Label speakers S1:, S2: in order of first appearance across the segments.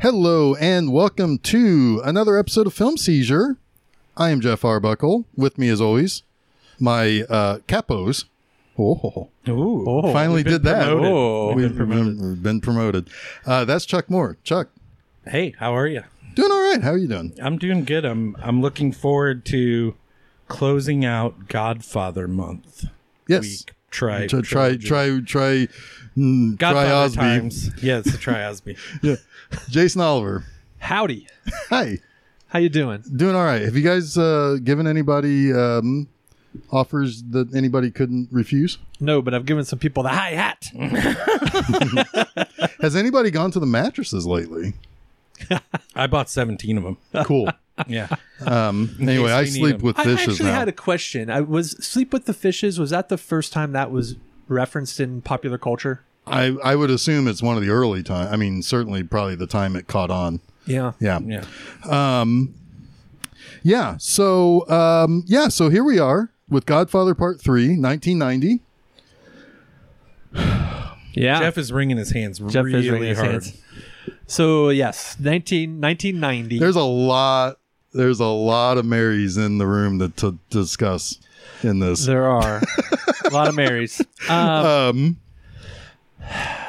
S1: Hello and welcome to another episode of Film Seizure. I am Jeff Arbuckle. With me, as always, my uh, capos. Oh,
S2: Ooh.
S1: finally
S2: We've been
S1: did that. Oh, We've
S2: promoted. We've been promoted.
S1: been- we've been promoted. Uh, that's Chuck Moore. Chuck,
S2: Hey, how are you?
S1: doing all right. How are you doing?
S2: I'm doing good. I'm I'm looking forward to closing out Godfather month.
S1: Yes.
S2: Week. Try
S1: Try, try,
S2: trilogy.
S1: try, try, mm, try
S2: Godfather
S1: Osby.
S2: times. Yeah, it's the try Osby.
S1: Yeah. Jason Oliver.
S3: Howdy.
S1: Hi.
S3: How you doing?
S1: Doing all right. Have you guys uh, given anybody um, offers that anybody couldn't refuse?
S3: No, but I've given some people the hi hat.
S1: Has anybody gone to the mattresses lately?
S2: I bought 17 of them.
S1: Cool.
S2: Yeah.
S1: Um,
S2: case
S1: anyway,
S2: we
S1: I
S2: need
S1: sleep
S2: 'em.
S1: with
S3: I
S1: fishes
S3: actually
S1: now.
S3: had a question. I was Sleep with the Fishes, was that the first time that was referenced in popular culture?
S1: I, I would assume it's one of the early time. I mean, certainly probably the time it caught on.
S3: Yeah.
S1: Yeah.
S2: Yeah.
S1: Yeah. So, um, yeah. So here we are with Godfather Part 3, 1990.
S3: Yeah.
S2: Ah. Jeff is wringing his hands
S3: Jeff
S2: really
S3: is raising his
S2: hard.
S3: hands. So, yes, 19, 1990.
S1: There's a lot. There's a lot of Marys in the room to, to discuss in this.
S3: there are a lot of Marys.
S1: Um,
S3: Um,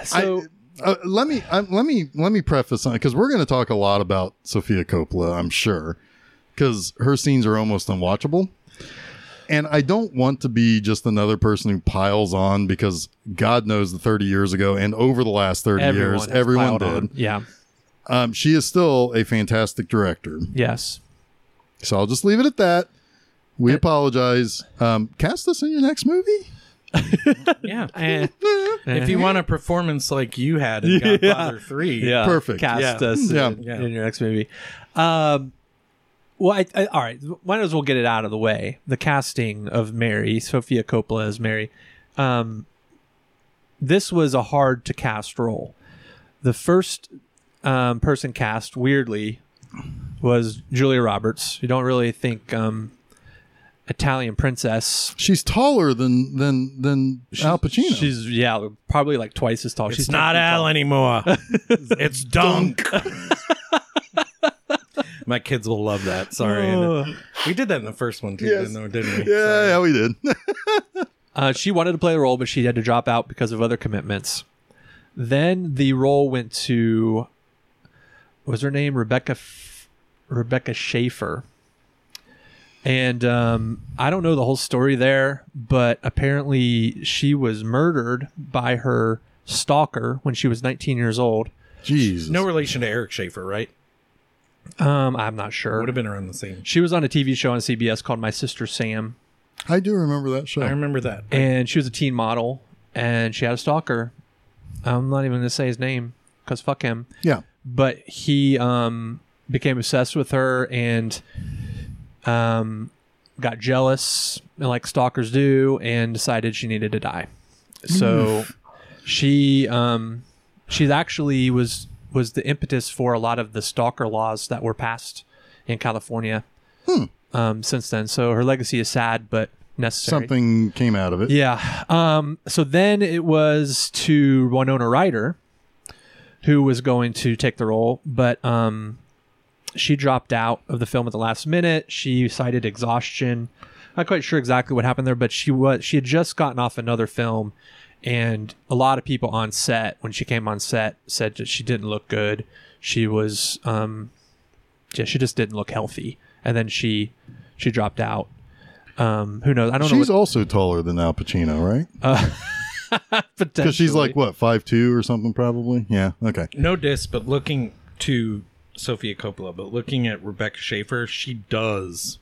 S3: so,
S1: uh, let me uh, let me let me preface on because we're going to talk a lot about Sophia Coppola, I'm sure, because her scenes are almost unwatchable, and I don't want to be just another person who piles on because God knows the 30 years ago and over the last 30
S3: everyone
S1: years,
S3: has
S1: everyone
S3: piled on.
S1: did.
S3: Yeah.
S1: Um, she is still a fantastic director,
S3: Yes.
S1: so I'll just leave it at that. We apologize. Um, cast this in your next movie.
S2: Yeah.
S3: Eh,
S2: If you want a performance like you had in Godfather 3.
S3: yeah,
S1: Perfect.
S3: cast
S2: Yeah.
S3: us
S1: Yeah.
S3: In,
S2: Yeah.
S3: in your next movie. Um, well, I, I, all right, might as well get it out of the way. The casting of Mary, Sophia Coppola as Mary. Um, this was a hard to cast role. The first um, person cast, weirdly, was Julia Roberts. You don't really think um, Italian princess.
S1: She's taller than than than Al Pacino.
S3: She's yeah, probably like twice as tall.
S2: It's
S3: She's
S2: not
S3: 10 feet tall.
S2: Al anymore. it's Dunk. My kids will love that. Sorry. we did that in the first one too,
S1: Yes.
S2: didn't we? Didn't we?
S1: yeah, yeah, we did.
S3: Uh, she wanted to play the role, but she had to drop out because of other commitments. Then the role went to what was her name Rebecca F- Rebecca Schaefer, and um, I don't know the whole story there, but apparently she was murdered by her stalker when she was 19 years old.
S1: Jesus.
S2: No relation to Eric Schaefer, right?
S3: Um, I'm not sure.
S2: Would have been around the same.
S3: She was on a TV show on CBS called My Sister Sam,
S1: I do remember that show.
S2: I remember that.
S3: and she was a teen model, and she had a stalker. I'm not even gonna say his name because fuck him.
S1: yeah.
S3: but he um, became obsessed with her and um, got jealous, like stalkers do, and decided she needed to die. So she um, she actually was was the impetus for a lot of the stalker laws that were passed in California um, since then. So her legacy is sad but necessary.
S1: Something came out of it.
S3: Yeah. Um, so then it was to Winona Ryder, who was going to take the role, but um, she dropped out of the film at the last minute. She cited exhaustion. Not quite sure exactly what happened there, but she was she had just gotten off another film, and a lot of people on set when she came on set said that she didn't look good. She was um, yeah, she just didn't look healthy, and then she she dropped out. Um, who knows? I don't know.
S1: She's also taller than Al Pacino, right? Because she's like what five two or something, probably. Yeah. Okay.
S2: No diss, but looking to Sophia Coppola, but looking at Rebecca Schaefer, she does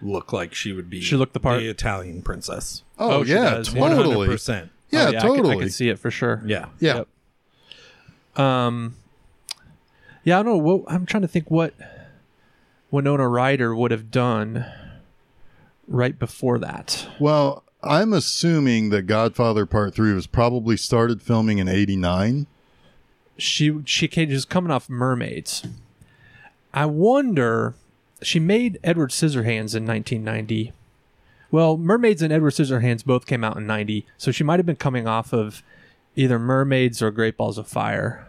S2: look like she would be.
S3: She looked the part?
S2: The Italian princess.
S1: Oh,
S3: Oh, she
S1: yeah,
S3: does, yeah.
S1: totally.
S2: 100%.
S1: Yeah,
S3: Oh, I could-
S1: totally.
S3: I could see it for sure.
S2: Yeah.
S1: yeah.
S3: Yep. Um. Yeah, I don't know. What, I'm trying to think what Winona Ryder would have done right before that.
S1: Well, I'm assuming that Godfather Part Three was probably started filming in '89.
S3: She she came, she was coming off Mermaids. I wonder. She made Edward Scissorhands in 1990. Well, Mermaids and Edward Scissorhands both came out in 90, so she might have been coming off of either Mermaids or Great Balls of Fire.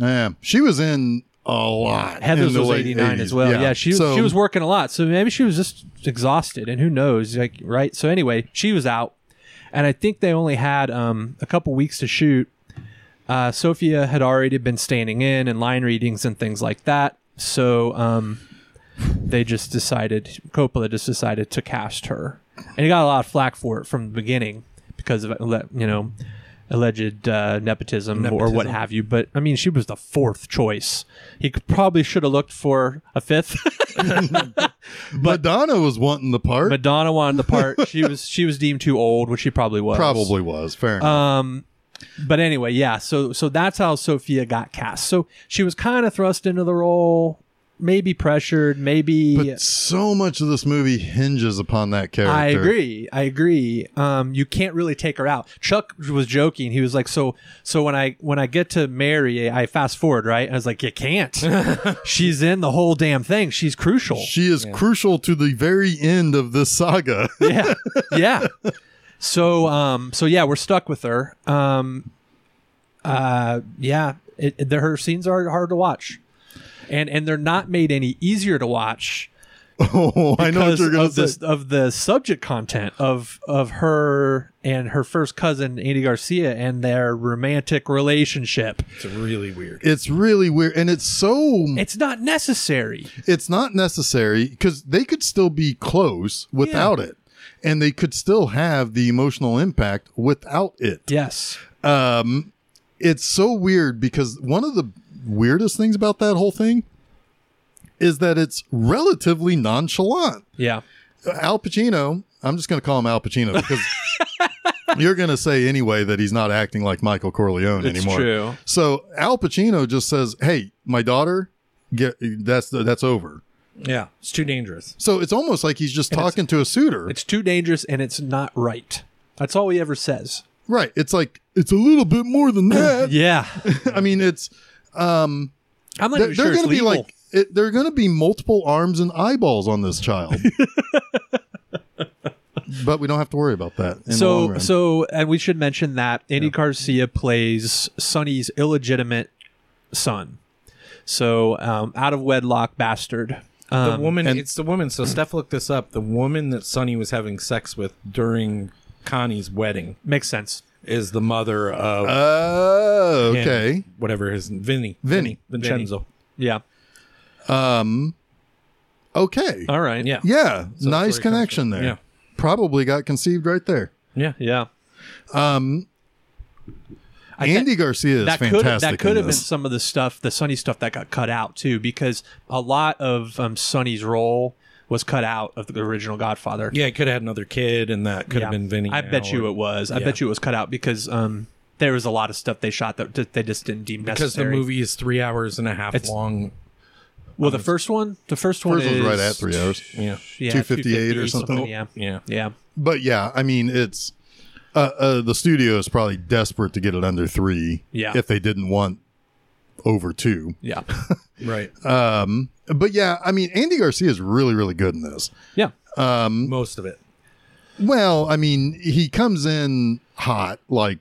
S1: Yeah, she was in a lot.
S3: Heather's
S1: in the
S3: was
S1: late
S3: eighty nine
S1: 80s.
S3: as well. Yeah, she
S1: So-
S3: she was working a lot, so maybe she was just exhausted, and who knows, like right. So anyway, she was out, and I think they only had um, a couple weeks to shoot. Uh, Sophia had already been standing in and line readings and things like that, so um, they just decided Coppola just decided to cast her, and he got a lot of flack for it from the beginning because of alle- you know alleged uh, nepotism, or
S2: Nepotism.
S3: what have you. But I mean, she was the fourth choice. He could- probably should have looked for a fifth.
S1: Madonna was wanting the part.
S3: Madonna wanted the part. She was she was deemed too old, which she probably was.
S1: Probably was fair. enough.
S3: Um, but anyway, yeah. So so that's how Sophia got cast. So she was kind of thrust into the role, maybe pressured, maybe.
S1: but so much of this movie hinges upon that character.
S3: I agree. I agree. Um, you can't really take her out. Chuck was joking. He was like, "So, so when I when I get to Mary, I fast forward, right?" I was like, "You can't. She's in the whole damn thing. She's crucial."
S1: She is crucial to the very end of this saga.
S3: yeah, yeah. So, um, so yeah, we're stuck with her. Um, uh, yeah, it, it- her scenes are hard to watch, and and they're not made any easier to watch
S1: oh, I know what
S3: because
S1: you're going
S3: of
S1: to
S3: the
S1: say.
S3: of the subject content of of her and her first cousin Andy Garcia and their romantic relationship.
S2: It's really weird.
S1: It's really weird, and it's so
S3: It's not necessary.
S1: it's not necessary because they could still be close without it, and they could still have the emotional impact without it.
S3: Yes.
S1: um it's so weird because one of the weirdest things about that whole thing is that it's relatively nonchalant.
S3: Yeah.
S1: Al Pacino, I'm just going to call him Al Pacino because you're going to say anyway that he's not acting like Michael Corleone
S3: It's
S1: anymore.
S3: true.
S1: So Al Pacino just says, "Hey, my daughter, get that's that's over."
S2: Yeah, it's too dangerous.
S1: So it's almost like he's just talking to a suitor.
S3: It's too dangerous and it's not right. That's all he ever says.
S1: right. It's like it's a little bit more than that.
S3: Yeah.
S1: I mean, it's
S3: I'm not
S1: they're,
S3: even sure it's
S1: going to be
S3: legal.
S1: like it, they're going to be multiple arms and eyeballs on this child. but we don't have to worry about that. in the long
S3: so
S1: run.
S3: so and we should mention that Andy Garcia plays Sonny's illegitimate son. So um, out of wedlock bastard.
S2: The
S3: Um,
S2: woman, it's the woman. So Steph looked this up. The woman that Sonny was having sex with during Connie's wedding
S3: makes sense.
S2: is the mother of
S3: Uh,
S1: oh,
S2: him,
S1: okay.
S2: whatever his Vinny,
S1: Vinny.
S2: Vincenzo.
S3: Yeah.
S1: Okay.
S3: All right.
S2: Yeah,
S1: Yeah,
S2: where it
S1: nice
S2: comes
S1: connection
S2: from.
S1: there.
S2: Yeah.
S1: Probably got conceived right there.
S2: yeah.
S3: Yeah. I
S1: Um,
S3: think
S1: Andy Garcia is
S3: that could
S1: fantastic.
S3: that could
S1: in
S3: have been
S1: this.
S3: some of the stuff, the Sunny stuff that got cut out too, because a lot of um, Sonny's role was cut out of the original Godfather.
S2: Yeah, it could have had another kid, and that could have been Vinny.
S3: I
S2: now,
S3: bet you
S2: or-
S3: it was. I
S2: Yeah.
S3: bet you it was cut out because um, there was a lot of stuff they shot that that they just didn't deem
S2: because the
S3: necessary.
S2: movie is three hours and a half
S3: It's-
S2: long.
S3: well, the first one, the first one
S1: First
S3: is
S1: was right at three hours,
S2: Yeah,
S3: yeah,
S1: 258 or
S3: 258,
S1: something.
S3: Yeah,
S2: yeah.
S3: yeah,
S1: but yeah, I mean it's uh, uh, the studio is probably desperate to get it under three.
S3: Yeah.
S1: if they didn't want over two,
S3: yeah,
S2: Right.
S1: Um, but yeah, I mean, Andy Garcia is really, really good in this.
S3: yeah. Um,
S2: Most of it.
S1: Well, I mean, he comes in hot like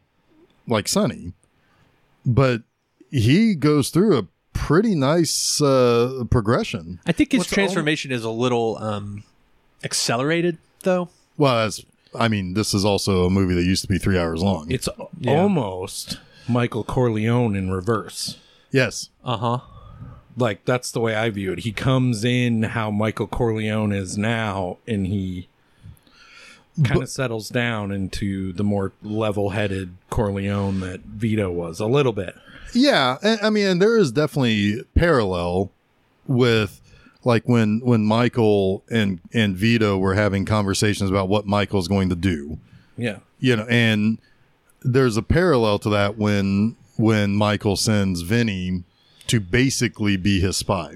S1: like Sonny, but he goes through a pretty nice uh, progression.
S3: I think his
S2: What's the
S3: transformation is a little um, accelerated, though.
S1: Well, as I mean, this is also a movie that used to be three hours long.
S2: It's almost Michael Corleone in reverse.
S1: yes,
S3: Uh huh.
S2: Like that's the way I view it. He comes in how Michael Corleone is now, and he kind of settles down into the more level-headed Corleone that Vito was a little bit.
S1: yeah. I- I mean, there is definitely parallel with like when when Michael and and Vito were having conversations about what Michael's going to do.
S2: Yeah.
S1: you know and there's a parallel to that when when michael sends vinny to basically be his spy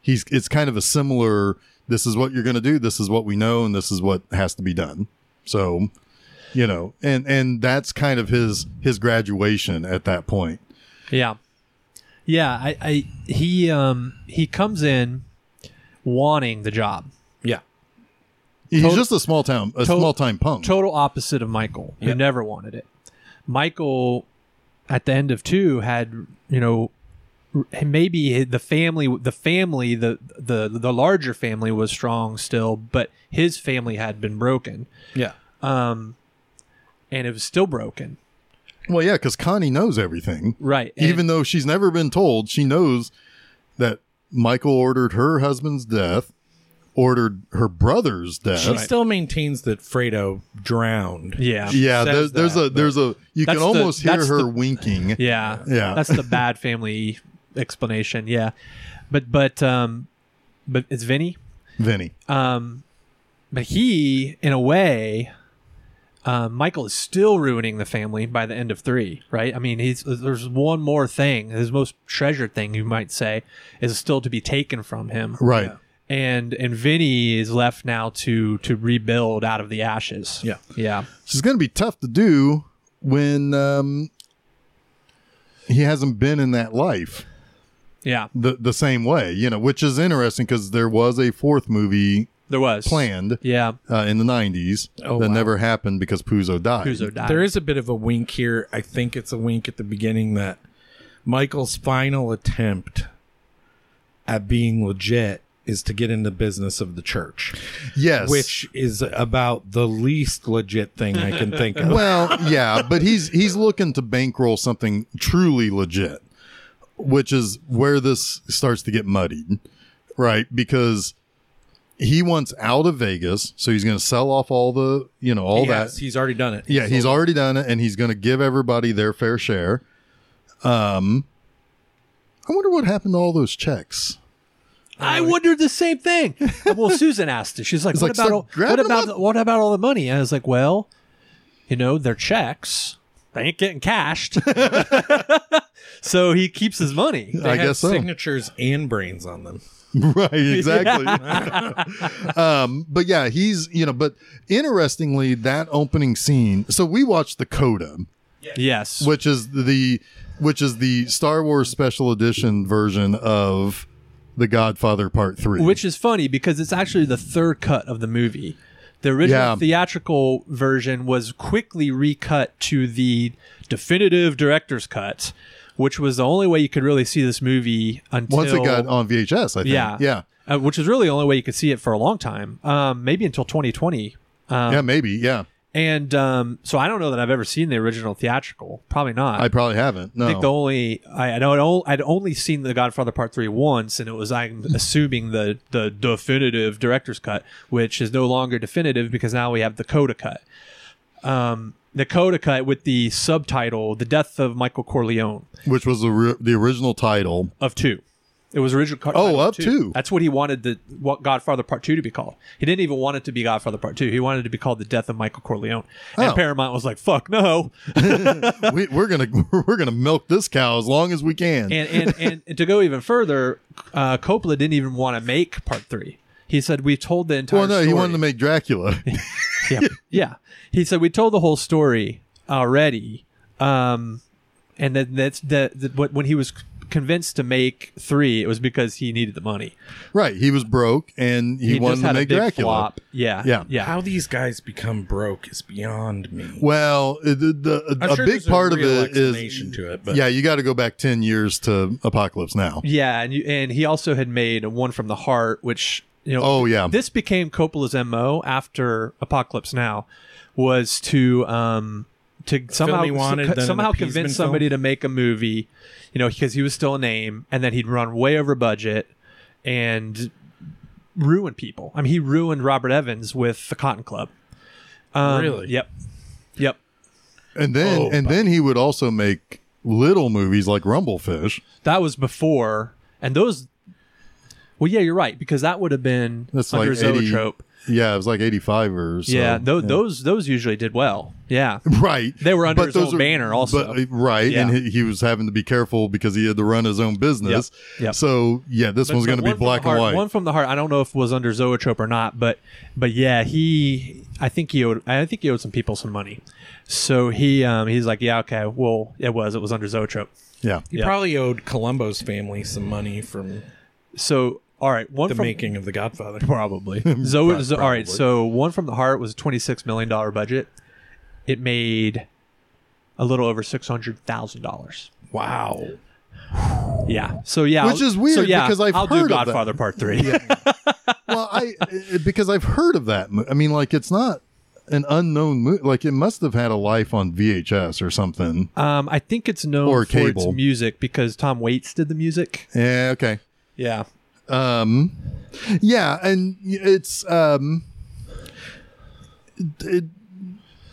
S1: he's it's kind of a similar this is what you're going to do this is what we know and this is what has to be done so you know and and that's kind of his his graduation at that point
S3: Yeah. Yeah, I, I he um he comes in wanting the job.
S2: Yeah.
S1: he's
S3: Tot-
S1: just a small town a
S3: tot-
S1: small time punk
S3: Total opposite of Michael, who
S2: Yep.
S3: never wanted it. Michael at the end of two had, you know, maybe the family the family the the the larger family was strong still but his family had been broken
S2: Yeah.
S3: um and it was still broken
S1: Well, yeah, because Connie knows everything.
S3: right and-
S1: Even though she's never been told, she knows that Michael ordered her husband's death, ordered her brother's death.
S2: She still maintains that Fredo drowned.
S3: yeah
S1: yeah, there's,
S2: says
S1: there's
S2: that,
S1: a there's a you can
S3: That's the-
S1: almost hear
S3: that's
S1: her
S3: the-
S1: winking.
S3: yeah
S1: Yeah.
S3: that's the bad family explanation yeah but but um but it's vinny
S1: Vinny.
S3: um but he in a way um, Michael is still ruining the family by the end of three, right? I mean, he's there's one more thing, his most treasured thing, you might say, is still to be taken from him,
S1: Right.
S3: and and Vinny is left now to to rebuild out of the ashes.
S2: Yeah.
S3: yeah,
S1: She's gonna be tough to do when um he hasn't been in that life
S3: yeah.
S1: the the same way, you know, which is interesting because there was a fourth movie
S3: There was
S1: planned
S3: Yeah,
S1: uh, in the nineties
S2: Oh,
S1: that
S2: wow.
S1: never happened because Puzo died.
S3: Puzo died.
S2: There is a bit of a wink here. I think it's a wink at the beginning that Michael's final attempt at being legit is to get in the business of the church,
S1: Yes.
S2: which is about the least legit thing I can think of.
S1: well, yeah, but he's he's looking to bankroll something truly legit, which is where this starts to get muddied, right? Because he wants out of Vegas, so he's going to sell off all the, you know, all that.
S2: Yes, he's already done it.
S1: Yeah, he's already done it, and he's going to give everybody their fair share. Um, I wonder what happened to all those checks.
S3: I wondered the same thing. well, Susan asked it. She's like,
S1: It's like,
S3: "What about
S1: so
S3: all,
S1: grab
S3: what
S1: it
S3: about
S1: up.
S3: what about all the money?" And I was like, "Well, you know, they're checks. They ain't getting cashed." so he keeps his money.
S2: They
S1: I
S2: had
S1: guess so.
S2: signatures and brains on them.
S1: right, exactly. um, but yeah, he's you know, but interestingly, that opening scene. So we watched the coda,
S3: Yes.
S1: which is the which is the Star Wars Special Edition version of The Godfather Part Three.
S3: Which is funny because it's actually the third cut of the movie. The original
S1: Yeah.
S3: theatrical version was quickly recut to the definitive director's cut, which was the only way you could really see this movie until
S1: once it got on VHS, I think.
S3: Yeah.
S1: yeah,
S3: uh, which is really the only way you could see it for a long time, um, maybe until 2020. Um,
S1: yeah, maybe, yeah.
S3: And um, so I don't know that I've ever seen the original theatrical. Probably not.
S1: I probably haven't. No,
S3: I think the only I, I know I'd only, I'd only seen The Godfather Part Three once, and it was I'm assuming the the definitive director's cut, which is no longer definitive because now we have the coda cut. Um, the coda cut with the subtitle "The Death of Michael Corleone"
S1: which was the ri- the original title.
S3: of two. It was original. cut-
S1: Oh,
S3: title
S1: of two.
S3: That's what he wanted the what Godfather Part Two to be called. He didn't even want it to be Godfather Part Two. He wanted it to be called The Death of Michael Corleone. And
S1: Oh.
S3: Paramount was like, "Fuck no!"
S1: we, we're gonna we're gonna milk this cow as long as we can.
S3: And and, and to go even further, uh, Coppola didn't even want to make Part Three. He said, "We told the entire."
S1: well, no,
S3: story.
S1: he wanted to make Dracula.
S3: yeah, yeah. He said we told the whole story already, um, and then that's the, the what- when he was convinced to make three, it was because he needed the money.
S1: right, he was broke and he,
S3: just
S1: wanted to
S3: had a
S1: make
S3: big
S1: Dracula.
S3: flop. Yeah,
S1: Yeah.
S3: yeah.
S2: How these guys become broke is beyond me.
S1: Well, the, the,
S2: I'm
S1: a
S2: sure
S1: big
S2: there's a
S1: part of
S2: real
S1: it is
S2: explanation to it, but-
S1: yeah, you got to go back ten years to Apocalypse Now.
S3: Yeah, and you, and he also had made a one from the heart, which you know.
S1: Oh, yeah.
S3: This became Coppola's mo after Apocalypse Now, was to um to somehow
S2: he wanted,
S3: so-
S2: then an
S3: somehow
S2: appeasement
S3: convince somebody to make a movie, you know, because he was still a name, and then he'd run way over budget and ruin people. I mean, he ruined Robert Evans with the Cotton Club. Um,
S2: Really?
S3: Yep. Yep.
S1: And then
S2: Oh,
S1: and then he would also make little movies like Rumblefish.
S3: That was before, and those. Well, yeah, you're right because that would have been
S1: That's
S3: under
S1: like 80
S3: Zoetrope.
S1: Yeah, it was like eighty five or so.
S3: yeah, tho- those those usually did well. Yeah,
S1: Right,
S3: They were under his
S1: those
S3: own banner also.
S1: but- uh, right,
S3: Yeah.
S1: and he, he was having to be careful because he had to run his own business.
S3: Yep, yep.
S1: So yeah, this one's
S3: But
S1: going to be
S3: one from
S1: black
S3: the
S1: and
S3: heart-
S1: white.
S3: One from the heart. I don't know if was under Zoetrope or not, but but yeah, he. I think he owed. I think he owed some people some money. So he um he's like, yeah, okay, well, it was it was under Zoetrope.
S1: yeah,
S2: He
S3: Yeah.
S2: probably owed Columbo's family some money from
S3: So all right, one
S2: the
S3: from
S2: making of The Godfather.
S3: probably. Zo- Zo- all right, so one from the heart was a twenty six million dollar budget. It made a little over six hundred thousand dollars.
S2: Wow.
S3: Yeah. So yeah,
S1: Which
S3: I'll-
S1: is weird
S3: so, yeah,
S1: because I've
S3: I'll
S1: heard
S3: do
S1: of that.
S3: Godfather Part Three.
S1: well, I uh, because I've heard of that. mo- I mean, like it's not an unknown movie. Like it must have had a life on VHS or something.
S3: Um, I think it's known
S1: Or
S3: for
S1: cable.
S3: its music because Tom Waits did the music.
S1: Yeah. Okay.
S3: Yeah.
S1: Um, yeah, and it's um, it,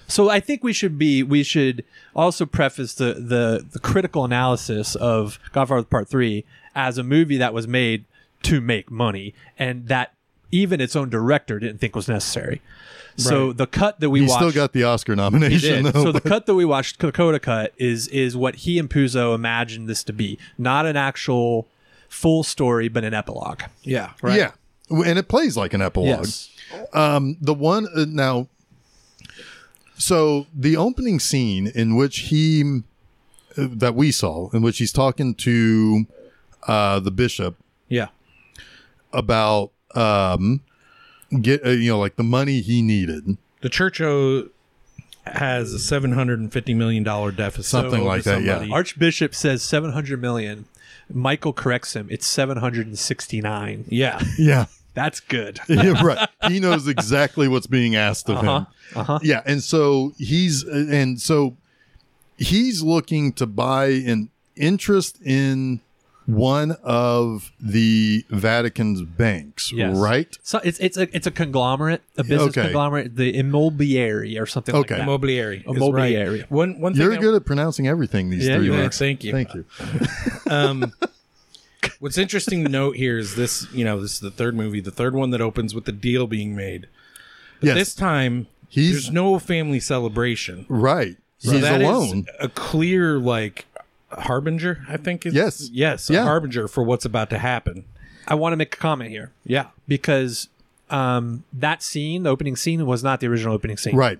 S3: So I think we should be we should also preface the the, the critical analysis of Godfather Part Three as a movie that was made to make money and that even its own director didn't think was necessary. So the cut that we
S1: he
S3: watched
S1: still got the Oscar
S3: He
S1: nomination.
S3: did.
S1: Though,
S3: so the
S1: but-
S3: cut that we watched, Dakota cut, is is what he and Puzo imagined this to be, not an actual full story, but an epilogue.
S2: Yeah.
S1: yeah, and it plays like an epilogue.
S3: Yes.
S1: Um, the one uh, now. So the opening scene in which he uh, that we saw, in which he's talking to uh, the bishop
S2: Yeah.
S1: about um, get uh, you know like the money he needed.
S2: The church o- has a seven hundred and fifty million dollar deficit.
S1: Something
S2: over
S1: like that, yeah.
S2: somebody.
S3: Archbishop says 700 million. Michael corrects him. It's 769.
S2: Yeah.
S1: Yeah.
S3: That's good.
S1: yeah, right. He knows exactly what's being asked of him.
S3: Uh-huh.
S1: Yeah, and so he's and so he's looking to buy an interest in one of the Vatican's banks,
S3: Yes.
S1: right?
S3: So it's it's a it's a conglomerate, a business
S1: Okay.
S3: conglomerate, the Immobilieri or something
S1: Okay.
S3: like that.
S2: Mobiliary. is
S3: Mobiliary.
S2: right. One one thing
S1: You're
S2: I-
S1: good at pronouncing everything these
S3: Yeah,
S1: three
S3: you
S2: Yeah,
S3: are.
S1: words.
S2: thank you.
S1: Thank you.
S2: Um, what's interesting to note here is this, you know, this is the third movie, the third one that opens with the deal being made. But
S1: Yes.
S2: this time,
S1: He's-
S2: there's no family celebration.
S1: Right.
S2: So
S1: He's
S2: that is
S1: alone.
S2: a clear, like, harbinger, I think. Is,
S1: Yes.
S2: Yes. A
S1: Yeah.
S2: harbinger for what's about to happen.
S3: I want to make a comment here
S2: Yeah.
S3: because um, that scene, the opening scene, was not the original opening scene.
S1: Right.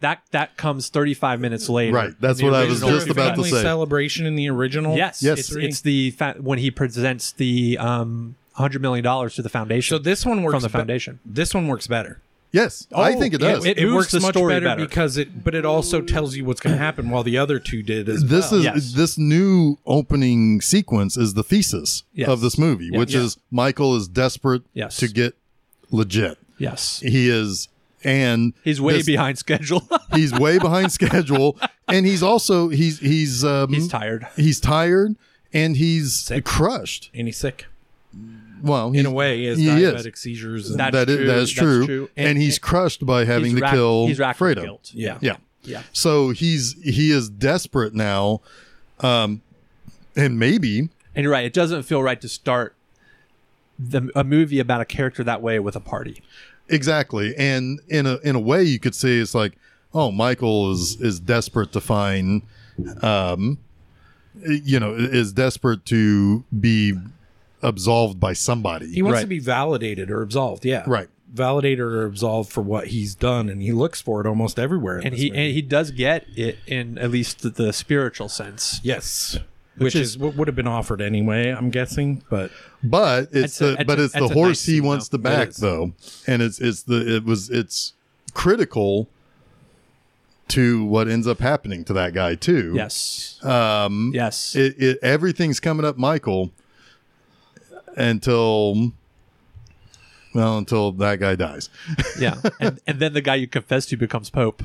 S3: That that comes 35 minutes later.
S1: Right. That's
S3: in the
S1: what I was
S3: original
S1: just
S3: movie.
S1: about to
S2: family
S1: say.
S2: celebration in the original.
S3: Yes.
S1: Yes.
S3: It's, it's the fa- when he presents the um, 100 million dollars to the foundation
S2: So this one works
S3: from the
S2: be-
S3: foundation.
S2: this one works better.
S1: Yes, I think it
S2: yeah,
S1: does.
S3: it- moves
S2: works
S3: the
S2: much
S3: story
S2: better,
S3: better.
S2: because it, but it also tells you what's going to happen while the other two did as
S1: this
S2: well.
S1: is
S3: Yes.
S1: this new opening sequence is the thesis
S3: Yes.
S1: of this movie, which
S2: Yeah.
S1: is Michael is desperate
S3: Yes.
S1: to get legit.
S3: Yes.
S1: He is, and
S3: He's way
S1: this-
S3: behind schedule.
S1: He's way behind schedule, and he's also he's he's um,
S3: He's tired.
S1: He's tired, and he's crushed.
S2: and he's sick
S1: Well,
S2: in
S1: he's-
S2: a way as
S1: he is.
S2: diabetic seizures. And,
S3: That-
S1: That is,
S3: true,
S1: that is
S3: that's
S1: true.
S3: true.
S1: and,
S3: And-
S1: he's crushed by having to kill
S3: he's racked
S1: Fredo.
S3: with guilt.
S2: yeah.
S1: Yeah,
S3: Yeah.
S1: So he's he is desperate now, um, and maybe
S3: And you're right. It doesn't feel right to start the, a movie about a character that way with a party.
S1: Exactly, and in a in a way, you could say it's like, oh, Michael is is desperate to find, um, you know, is desperate to be absolved by somebody.
S2: He wants
S1: right.
S2: to be validated or absolved. Yeah.
S1: Right.
S2: Validated or absolved for what he's done. And he looks for it almost everywhere. in
S3: And
S2: this
S3: he
S2: movie.
S3: and he does get it in at least the, the spiritual sense.
S2: yes. Which, is, what would have been offered anyway, I'm guessing. But
S1: but it's
S3: That's a-
S1: the
S3: that's
S1: but
S3: a-
S1: it's the
S3: that's a
S1: horse
S3: nice
S1: he
S3: scene,
S1: wants
S3: though.
S1: to
S2: It
S1: back
S2: is.
S1: though, and it's it's the it was it's critical to what ends up happening to that guy too.
S3: Yes. Um, yes.
S1: it, it everything's coming up Michael until well until that guy dies.
S3: yeah. And, and then the guy you confess to becomes Pope.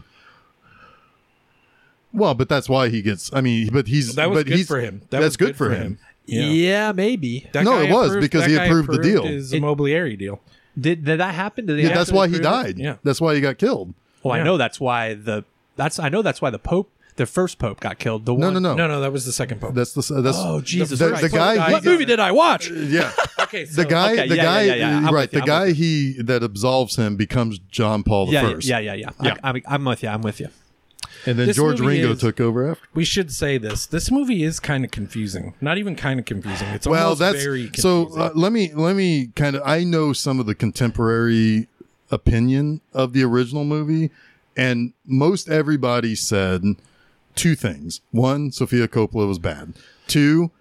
S1: Well, but that's why he gets. I mean, but he's
S2: that was
S1: but
S2: good
S1: he's-
S2: for him. That
S1: that's
S2: was
S1: good, for him.
S2: Yeah.
S3: maybe.
S2: That
S1: No,
S2: guy
S1: it was, because
S2: that
S1: he
S2: guy
S1: approved the deal.
S2: His
S3: It-
S2: Mobiliary deal.
S3: Did did that happen? Did they
S1: Yeah, that's
S3: actually
S1: why he
S3: prove it?
S1: died.
S2: Yeah.
S1: that's why he got killed.
S3: Well,
S2: Yeah.
S3: I know that's why the that's I know that's why the Pope, the first Pope, got killed. The
S1: No,
S3: one,
S1: no, no.
S2: No, no, that was the second pope.
S1: That's Oh. the that's
S3: Oh Jesus
S1: the,
S3: Christ!
S1: the guy.
S2: guy-
S1: he
S3: what
S1: got-
S3: movie did I watch?
S1: Yeah,
S2: okay. So
S1: the guy.
S3: okay,
S1: the
S3: yeah,
S1: guy.
S3: yeah, yeah, yeah. I'm
S1: Right,
S3: with you,
S1: the
S3: I'm
S1: guy
S3: with
S1: he that absolves him becomes John Paul the
S3: Yeah,
S1: first.
S3: yeah, yeah, yeah,
S1: Yeah.
S3: yeah. I, I'm, I'm with you. I'm with you.
S1: and then
S2: This
S1: George
S2: movie
S1: Ringo
S2: is-
S1: took over after.
S2: We should say this. This movie is kind of confusing. Not even kind of confusing. It's
S1: well
S2: almost
S1: that's
S2: very confusing.
S1: so uh, let me let me kind of i know some of the contemporary opinion of the original movie and most everybody said two things one sophia coppola was bad two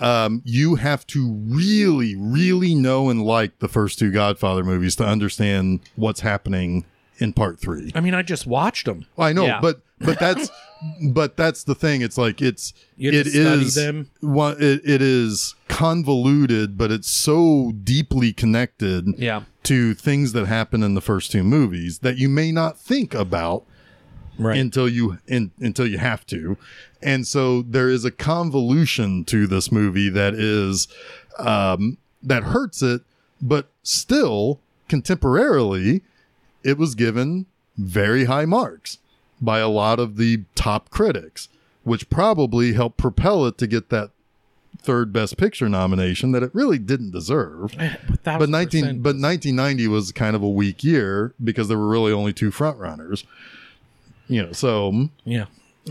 S1: um, you have to really really know and like the first two godfather movies to understand what's happening in part three
S2: I mean, I just watched them.
S1: well, I know,
S3: Yeah.
S1: but but that's but that's the thing. It's like it's
S2: You had
S1: it
S2: to study
S1: is
S2: them?
S1: one- it, it is convoluted, but it's so deeply connected
S3: Yeah.
S1: to things that happen in the first two movies that you may not think about
S2: Right.
S1: until you in, until you have to and so there is a convolution to this movie that is um that hurts it but still contemporarily it was given very high marks by a lot of the top critics which probably helped propel it to get that third best picture nomination that it really didn't deserve
S2: but, that
S1: but
S2: was
S1: 19
S2: percent-
S1: but 1990 was kind of a weak year because there were really only two front runners you know so
S2: yeah.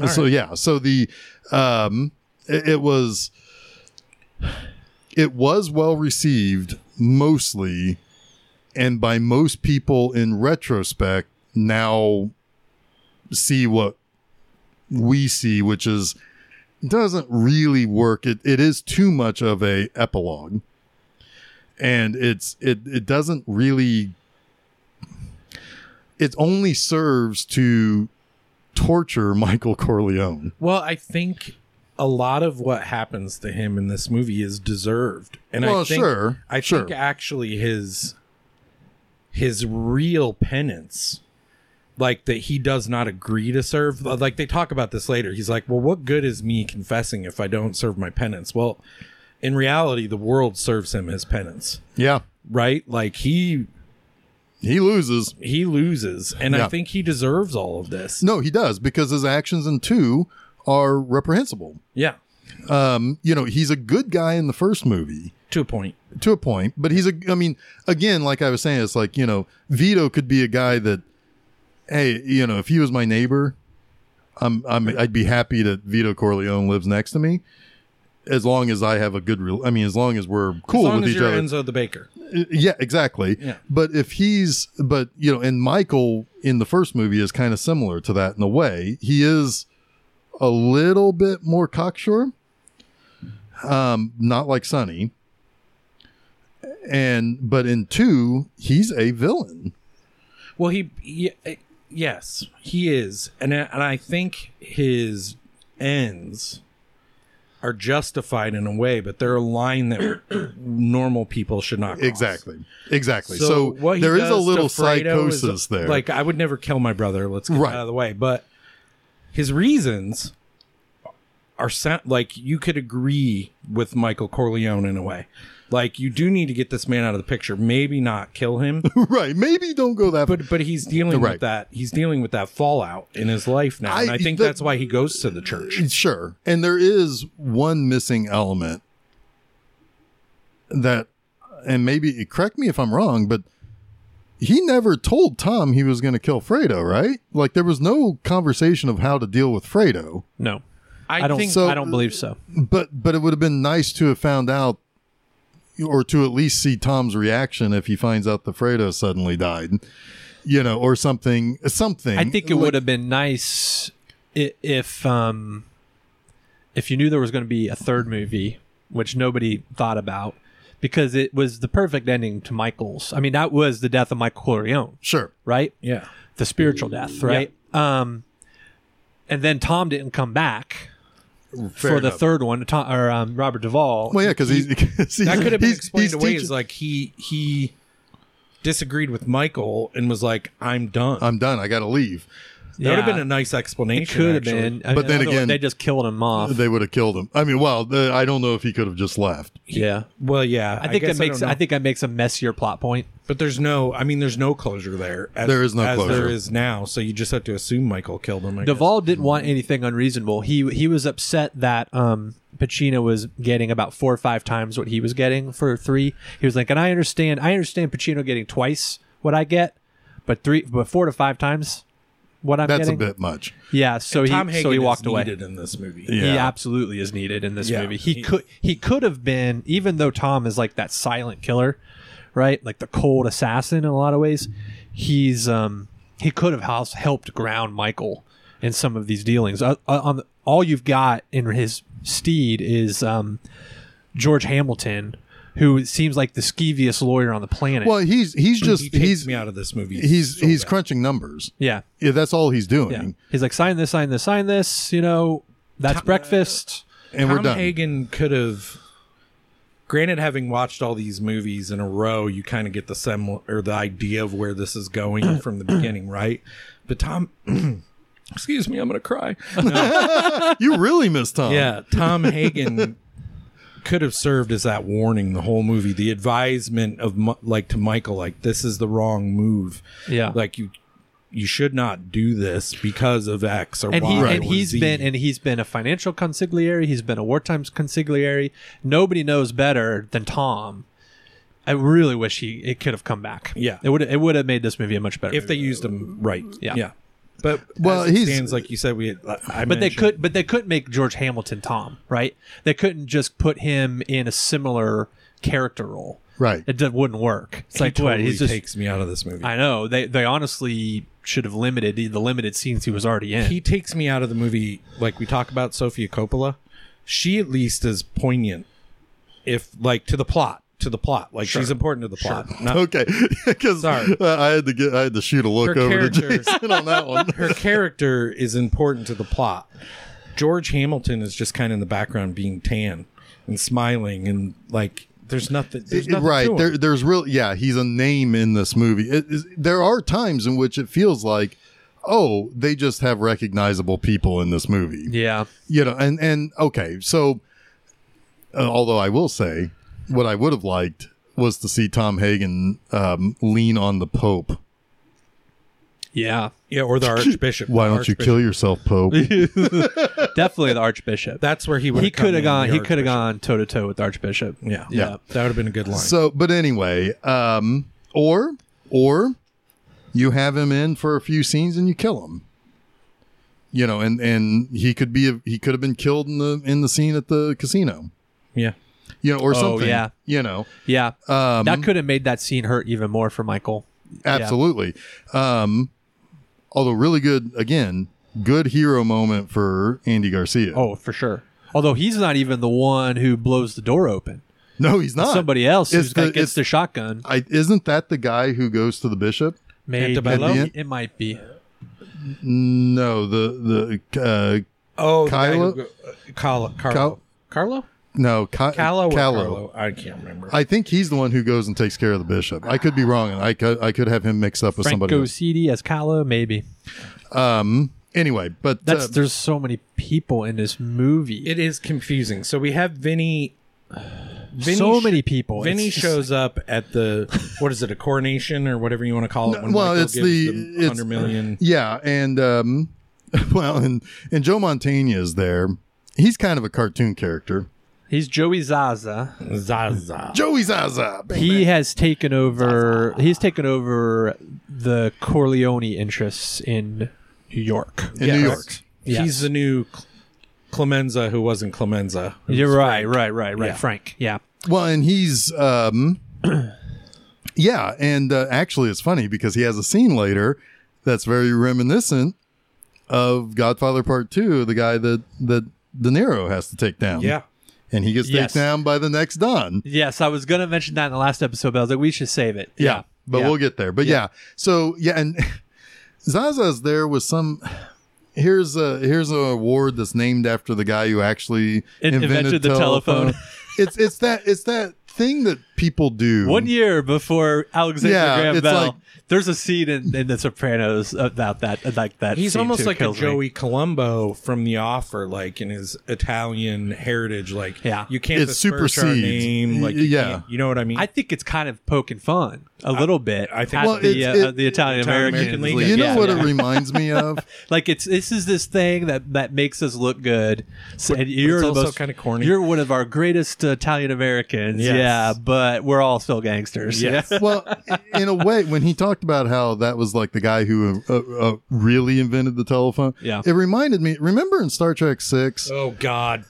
S1: so yeah so the um it, it was it was well received mostly and by most people in retrospect now see what we see which is doesn't really work it, it is too much of a epilogue and it's it it doesn't really it only serves to torture Michael Corleone.
S2: Well, I think a lot of what happens to him in this movie is deserved, and I
S1: Well,
S2: think
S1: sure,
S2: I
S1: sure.
S2: think actually his his real penance, like that he does not agree to serve. Like they talk about this later. He's like, "Well, what good is me confessing if I don't serve my penance?" Well, in reality, the world serves him his penance,
S1: Yeah,
S2: right? Like he
S1: he loses.
S2: he loses, and
S1: Yeah.
S2: I think he deserves all of this.
S1: No, he does because his actions in two are reprehensible.
S2: Yeah,
S1: Um, you know, he's a good guy in the first movie
S2: to a point.
S1: to a point, but he's a. I mean, again, like I was saying, it's like you know, Vito could be a guy that, hey, you know, if he was my neighbor, I'm, I'm, I'd be happy that Vito Corleone lives next to me. As long as I have a good, re- I mean, as long as we're cool
S2: as long
S1: with
S2: as
S1: each
S2: you're
S1: other,
S2: Enzo the Baker.
S1: yeah exactly
S2: Yeah.
S1: but if he's but you know and michael in the first movie is kind of similar to that in a way he is a little bit more cocksure um not like sonny and but in two he's a villain
S2: Well, he, y- uh, yes, he is, and I- and I think his ends are justified in a way, but they're a line that normal people should not cross.
S1: exactly exactly so,
S2: what he
S1: there is a
S2: does to
S1: little
S2: Fredo is,
S1: psychosis there
S2: Like I would never kill my brother. Let's get that
S1: Right.
S2: out of the way. But his reasons are sound like you could agree with Michael Corleone in a way. Like you do need to get this man out of the picture. Maybe not kill him.
S1: right maybe don't go that
S2: but but he's dealing
S1: Right.
S2: with that he's dealing with that fallout in his life now and
S1: I-
S2: i think
S1: the-
S2: that's why he goes to the church
S1: Sure. And there is one missing element that, and maybe correct me if I'm wrong, but he never told Tom he was going to kill Fredo, right? Like there was no conversation of how to deal with Fredo.
S3: No. I, don't
S2: think
S1: so.
S3: I don't believe so.
S1: But but it would have been nice to have found out, or to at least see Tom's reaction if he finds out that Fredo suddenly died, you know, or something. Something.
S3: I think it would have been nice i- if um, if you knew there was going to be a third movie, which nobody thought about, because it was the perfect ending to Michael's. I mean, that was the death of Michael Corleone,
S1: Sure.
S3: right?
S2: yeah
S3: The
S1: Mm,
S3: spiritual death, right? Um, and then Tom didn't come back for
S1: Fair
S3: the
S1: enough.
S3: third one, Tom, or um, Robert Duvall.
S1: Well, yeah, because he's, he's
S2: that could have been
S1: he's-
S2: explained
S1: he's
S2: away
S1: teaching-
S2: as like he he disagreed with michael and was like i'm done
S1: I'm done. I got to leave.
S2: that would have
S3: Yeah.
S2: been a nice explanation
S3: could have
S2: actually.
S3: been,
S1: But then
S3: Otherwise,
S1: again-
S3: they just killed him off.
S1: they would have killed him. I mean, well, the, I don't know if he could have just left.
S3: yeah,
S2: well yeah
S3: I think
S2: guess
S3: it makes.
S2: don't know.
S3: I, think that makes a messier plot point.
S2: but there's no i mean there's no closure there as,
S1: There is no
S2: as
S1: closure.
S2: there is now so you just have to assume michael killed him I guess.
S3: Duvall didn't want
S1: Mm-hmm.
S3: anything unreasonable. He he was upset that um, Pacino was getting about four or five times what he was getting for three. He was like, and I understand, I understand Pacino getting twice what I get, but three, but four to five times what I'm
S1: That's
S3: getting.
S1: a bit much.
S3: Yeah, so
S2: tom
S3: he
S2: Hagen
S3: so he
S2: is
S3: walked away.
S2: needed in this movie
S1: Yeah.
S3: He absolutely is needed in this
S2: Yeah.
S3: movie. He,
S2: He-
S3: could he could have been even though Tom is like that silent killer, right? Like the cold assassin in a lot of ways. He's um he could have house helped ground Michael in some of these dealings. Uh, uh, on the, all you've got in his steed is um George Hamilton who seems like the skeeviest lawyer on the planet.
S1: Well, he's he's just
S2: he takes
S1: he's
S2: me out of this movie.
S1: he's
S2: so
S1: he's
S2: bad.
S1: crunching numbers.
S3: yeah,
S1: Yeah, that's all he's doing,
S3: yeah. He's like, sign this, sign this, sign this. You know, that's
S2: Tom-
S3: breakfast.
S1: and
S2: Tom
S1: we're done.
S2: Hagen could have. Granted, having watched all these movies in a row, you kind of get the semblance or the idea of where this is going from the beginning, right? But Tom, excuse me, I'm going to cry.
S1: you really miss Tom.
S2: Yeah, Tom Hagen could have served as that warning the whole movie, the advisement of Mi- like to Michael, like this is the wrong move.
S3: Yeah.
S2: like you, you should not do this because of X or
S3: and
S2: Y.
S3: he
S1: Right.
S3: and
S2: or
S3: he's
S2: Z.
S3: been and he's been a financial consigliere. He's been a wartime consigliere. Nobody knows better than Tom. I really wish he it could have come back.
S2: Yeah.
S3: it would it would have made this movie a much better.
S2: if they
S3: movie.
S2: used him right.
S3: Yeah.
S2: yeah. But
S1: Well,
S2: well, he
S1: he's-
S2: stands like you said. We, I
S3: but they could but they couldn't make George Hamilton Tom right. They couldn't just put him in a similar character role.
S1: Right.
S3: It d- wouldn't work. It's
S2: He
S3: like
S2: totally
S3: what he's just.
S2: takes me out of this movie.
S3: I know they they honestly should have limited the the limited scenes he was already in.
S2: he takes me out of the movie like we talk about Sofia Coppola. She at least is poignant if like to the plot, to the plot. Like she's important to the plot. Not-
S1: Okay, because
S2: Sorry.
S1: I had to get I had to shoot a look
S2: Her
S1: over to
S2: character-
S1: Jason on that one.
S2: her character is important to the plot. George Hamilton is just kind of in the background being tan and smiling and like there's nothing, there's nothing to
S1: right
S2: him.
S1: there, there's real yeah he's a name in this movie It is there are times in which it feels like oh they just have recognizable people in this movie
S3: yeah,
S1: you know and and okay so uh, although i will say what i would have liked was to see tom hagen um, lean on the pope
S3: yeah,
S2: yeah, or the archbishop.
S1: why
S2: The
S1: don't you
S2: Archbishop.
S1: kill yourself pope
S3: definitely the Archbishop.
S2: That's where he would.
S3: he could have gone. He could have gone toe to toe with the Archbishop.
S2: Yeah,
S1: Yeah.
S2: That would have been a good line.
S1: so but anyway um or or you have him in for a few scenes and you kill him you know and and he could be he could have been killed in the in the scene at the casino
S2: yeah.
S1: you know or
S3: Oh,
S1: something
S3: yeah.
S1: you know
S3: Yeah,
S1: um
S3: that could have made that scene hurt even more for Michael.
S1: absolutely um although really good again good hero moment for andy garcia
S3: Oh, for sure. Although he's not even the one who blows the door open.
S1: no he's not
S3: Somebody else
S1: It's
S3: who's got
S1: the-
S3: gets
S1: it's-
S3: the shotgun.
S1: I, isn't that the guy who goes to the bishop
S3: Maybe
S2: Antebellum?
S3: it, it might be.
S1: no the the uh
S2: Oh, the guy
S1: Kylo?
S2: who go- uh, Carlo. Carlo.
S1: Cal-
S2: Carlo.
S1: no Ca-
S2: Callo or
S1: Callo.
S2: Carlo? I can't remember.
S1: I think he's the one who goes and takes care of the bishop. I could be wrong, and I could I could have him mixed up with
S3: Frank
S1: somebody. Else.
S3: Gosidi as Kala, maybe.
S1: Um. Anyway, but
S3: That's
S1: uh,
S3: there's so many people in this movie.
S2: it is confusing. So we have Vinny. Vinny
S3: so
S2: sh-
S3: many
S1: Oh,
S3: people.
S2: Vinny
S3: It's just-
S2: shows up at the what is it a coronation or whatever you want to call it.
S1: No, well, it's the- it's-
S2: hundred million.
S1: yeah, and um, well, and and Joe Montaigne is there. He's kind of a cartoon character.
S3: He's Joey Zaza.
S2: Zaza.
S1: Joey Zaza. Bang,
S3: He
S1: bang.
S3: has taken over. He's taken over the Corleone interests in New York.
S1: in New York.
S3: Yes.
S2: He's the new Cl- Clemenza who wasn't Clemenza.
S3: You're right, right, right, right.
S2: Yeah.
S3: Frank. Yeah.
S1: Well, and he's um, yeah, and uh, actually, it's funny because he has a scene later that's very reminiscent of Godfather Part Two, the guy that that De Niro has to take down.
S2: Yeah.
S1: and he gets
S3: Yes.
S1: taken down by the next Don.
S3: Yes, I was gonna mention that in the last episode, but I was like, we should save it.
S1: Yeah, but
S3: Yeah.
S1: we'll get there. But yeah. so yeah, and Zaza's there with some. Here's a here's an award that's named after the guy who actually
S3: In-
S1: invented,
S3: invented the telephone.
S1: it's it's that it's that thing that people do.
S3: One year before Alexander
S1: Yeah,
S3: Graham
S1: it's
S3: Bell,
S1: like-
S3: there's a scene in, in The Sopranos about that, like that.
S2: He's
S3: scene
S2: almost
S3: too.
S2: like a
S3: Kills me.
S2: Joey Colombo from The Offer, like in his Italian heritage. Like,
S3: Yeah.
S2: you can't
S1: It
S2: disperse our
S1: supersedes.
S2: name. Like,
S1: Y-
S2: you
S1: yeah.
S2: can't- you know what I mean.
S3: I think it's kind of poking fun a little bit.
S2: I think-
S3: at
S1: Well,
S3: the
S1: it's-
S3: uh,
S1: it-
S3: the Italian American
S2: Italian-American
S3: League.
S2: League,
S1: You know
S3: yeah,
S1: what
S3: yeah.
S1: it reminds me of?
S3: like it's this is this thing that that makes us look good. So, and you're
S2: it's
S3: the
S2: also
S3: most
S2: kinda corny.
S3: You're one of our greatest Italian Americans.
S2: Yes.
S3: Yeah, but we're all still gangsters.
S2: Yes.
S1: well, in a way, when he talked about how that was like the guy who uh, uh, really invented the telephone,
S3: Yeah.
S1: it reminded me. Remember in Star Trek Six,
S2: oh God,